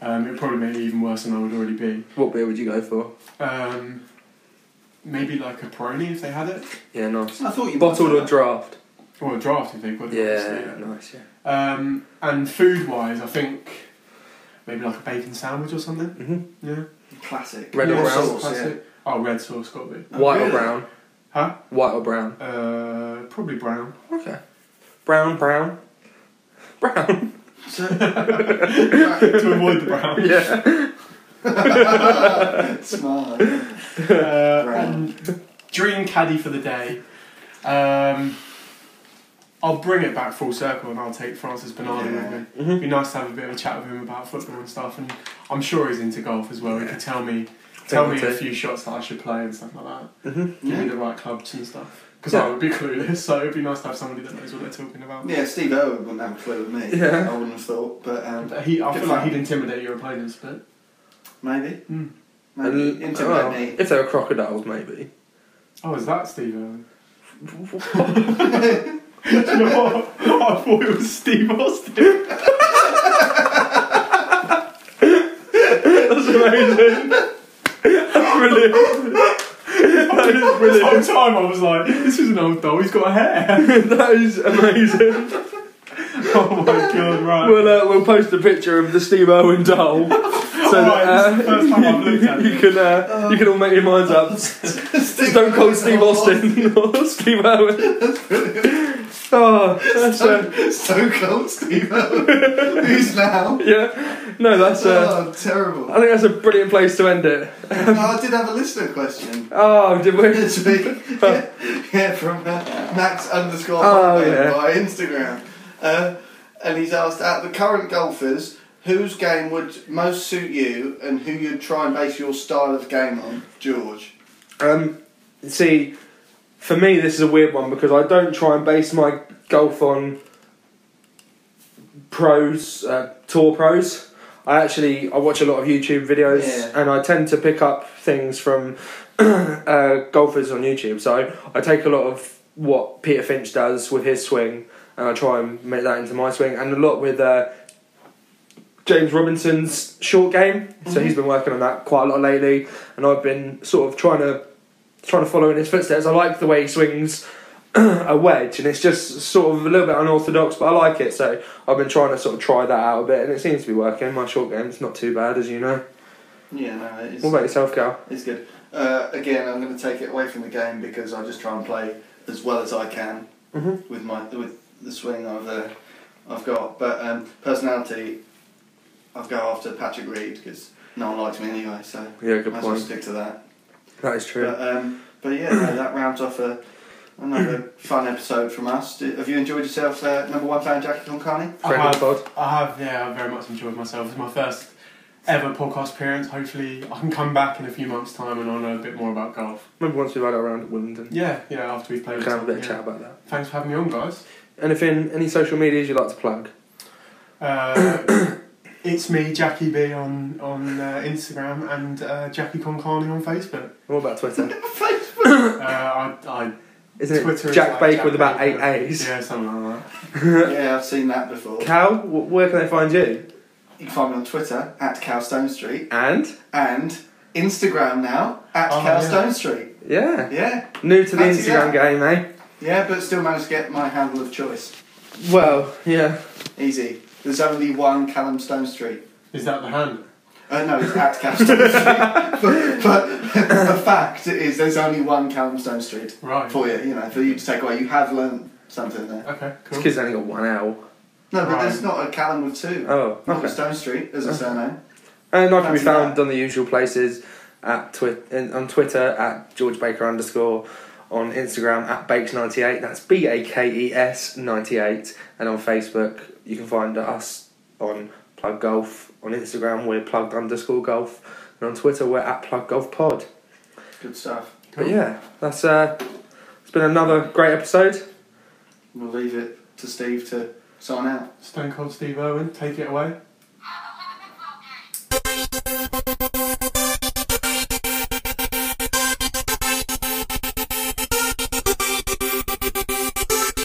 D: but um, it'd probably make it even worse than I would already be.
C: What beer would you go for?
D: Um, maybe like a Peroni if they had it,
C: Yeah, nice.
A: I thought you
C: Bottled
A: might say
C: or draft?
D: or a draft if they got it.
C: Yeah,
D: obviously,
C: nice. Yeah.
D: yeah. Um, and food wise, I think maybe like a bacon sandwich or something.
C: hmm
D: Yeah.
A: that. Classic.
C: Red or
A: Yeah,
D: Yeah,
C: brown?
A: sauce, yeah.
D: classic. Oh, red sauce got to be.
A: Oh,
C: White or
A: really?
C: brown?
D: Huh?
C: White or brown?
D: Uh, probably brown.
C: Okay. Brown, brown, brown.
A: So,
D: to avoid the brown.
C: yeah.
A: smart.
D: uh,
A: Right.
D: and dream caddy for the day. Um, I'll bring it back full circle and I'll take Francis Bernardi
A: Yeah. Mm-hmm.
D: with me. It'd
C: Mhm.
D: be nice to have a bit of a chat with him about football and stuff. And I'm sure he's into golf as well. He
C: Yeah.
D: could tell me tell me a
C: Definitely.
D: few shots that I should play and stuff like that.
C: Mhm.
D: Give me
A: Mm-hmm. Yeah.
D: the right clubs and stuff. Because
C: Yeah.
D: I would be clueless, so it'd be nice to have somebody that knows what they're talking about.
A: Yeah, Steve Irwin wouldn't have a clue with me.
C: Yeah.
A: I wouldn't have thought, but um,
D: But He, I
A: Good
D: feel like
A: fun.
D: he'd intimidate your opponents a bit.
A: maybe.
C: Hmm.
D: Mm.
A: Maybe.
C: And-
A: Intimidate
C: well,
A: me.
C: If they were crocodiles, maybe.
D: Oh, is that Steve Irwin? Do you know what? I thought it was Steve Austin.
C: That's amazing. That's brilliant. That is
D: The whole
C: brilliant.
D: time I was like, this is an old doll, he's got hair.
C: That is amazing.
D: oh my god, right.
C: We'll, uh, we'll post a picture of the Steve Irwin doll. So
D: Alright, this is the first
C: that
D: time I've looked
C: uh,
D: at
C: you
D: it.
C: can uh, you can all make your minds up. Just don't call Steve Austin or Steve Irwin. Oh, that's uh,
A: so cold, Steve Irwin. Who's now?
C: yeah. No, that's uh,
A: Oh, terrible.
C: I think that's a brilliant place to end it.
A: No, I did have a listener question
C: Oh, did we?
A: this week. yeah, yeah, from uh, Max underscore
C: Oh,
A: Hotman
C: yeah.
A: by Instagram. Uh, and he's asked, at the current golfers, whose game would most suit you and who you'd try and base your style of game on? George.
C: Um, see, for me, this is a weird one because I don't try and base my golf on pros, uh, tour pros. I actually I watch a lot of YouTube videos
A: Yeah.
C: and I tend to pick up things from uh, golfers on YouTube. So I take a lot of what Peter Finch does with his swing and I try and make that into my swing and a lot with uh, James Robinson's short game. So he's been working on that quite a lot lately, and I've been sort of trying to trying to follow in his footsteps. I like the way he swings a wedge, and it's just sort of a little bit unorthodox, but I like it. So I've been trying to sort of try that out a bit, and it seems to be working. My short game's not too bad, as you know.
A: Yeah, no, it is.
C: What about yourself, Cal?
A: It's good. Uh, again, I'm going to take it away from the game because I just try and play as well as I can
C: Mhm.
A: with my with the swing I've uh, I've got. But um, personality, I'll go after Patrick Reed because no one likes me anyway, so
C: Yeah, good
A: might as well
C: point.
A: stick to that.
C: That is true.
A: But um, but yeah, no, that rounds off a, another fun episode from us. Do, have you enjoyed yourself, uh, number one fan Jackie Concarney?
C: Friend of the pod.
D: I have, yeah, I very much enjoyed myself. It's my first ever podcast appearance. Hopefully, I can come back in a few months' time and I'll know a bit more about golf.
C: Maybe once we've had our round at Willingdon,
D: Yeah, yeah, after we've played
C: we can have a bit of
D: yeah.
C: chat about that.
D: Thanks for having me on, guys.
C: Anything, any social medias you'd like to plug?
D: Uh, it's me, Jackie B, on, on uh, Instagram and uh, Jackie Concarney on Facebook.
C: What about Twitter?
D: Uh, I, I,
C: Isn't
D: Twitter
C: it
D: is
C: Jack
D: like
C: Baker
D: Jack
C: with about
D: Baker.
C: eight A's?
D: yeah, something like that.
A: yeah, I've seen that before.
C: Cal, wh- where can they find you?
A: You can find me on Twitter at Cowstone Street
C: And
A: and Instagram now at
D: Oh, yeah.
A: Cowstone Street.
C: yeah,
A: Yeah.
C: new to the
A: Fancy
C: Instagram game, eh?
A: Yeah, but still managed to get my handle of choice.
C: Well, yeah.
A: Easy. There's only one Callum Stone Street.
D: Is that the hand?
A: Uh, no, it's at Callum Stone Street. But, but the fact is, there's only one Callum Stone Street
D: Right.
A: for you. You know, for you to take away. You have learned something there.
D: Okay,
C: This
D: cool.
C: kid's only got one L.
A: No, but
D: Right.
A: there's not a Callum with two.
C: Oh,
A: Not with
C: okay.
A: Stone Street as a surname.
C: And I can be
A: Fancy
C: found
A: that.
C: on the usual places at twit- in- on Twitter at George Baker underscore, on Instagram at Bakes98, that's B A K E S 98, and on Facebook you can find us on Plug Golf, on Instagram we're plugged underscore golf, and on Twitter we're at Plug Golf Pod.
A: Good stuff.
C: But yeah, that's uh, it's been another great episode.
A: We'll leave it to Steve to sign out.
D: Stone Cold Steve Irwin, take it away.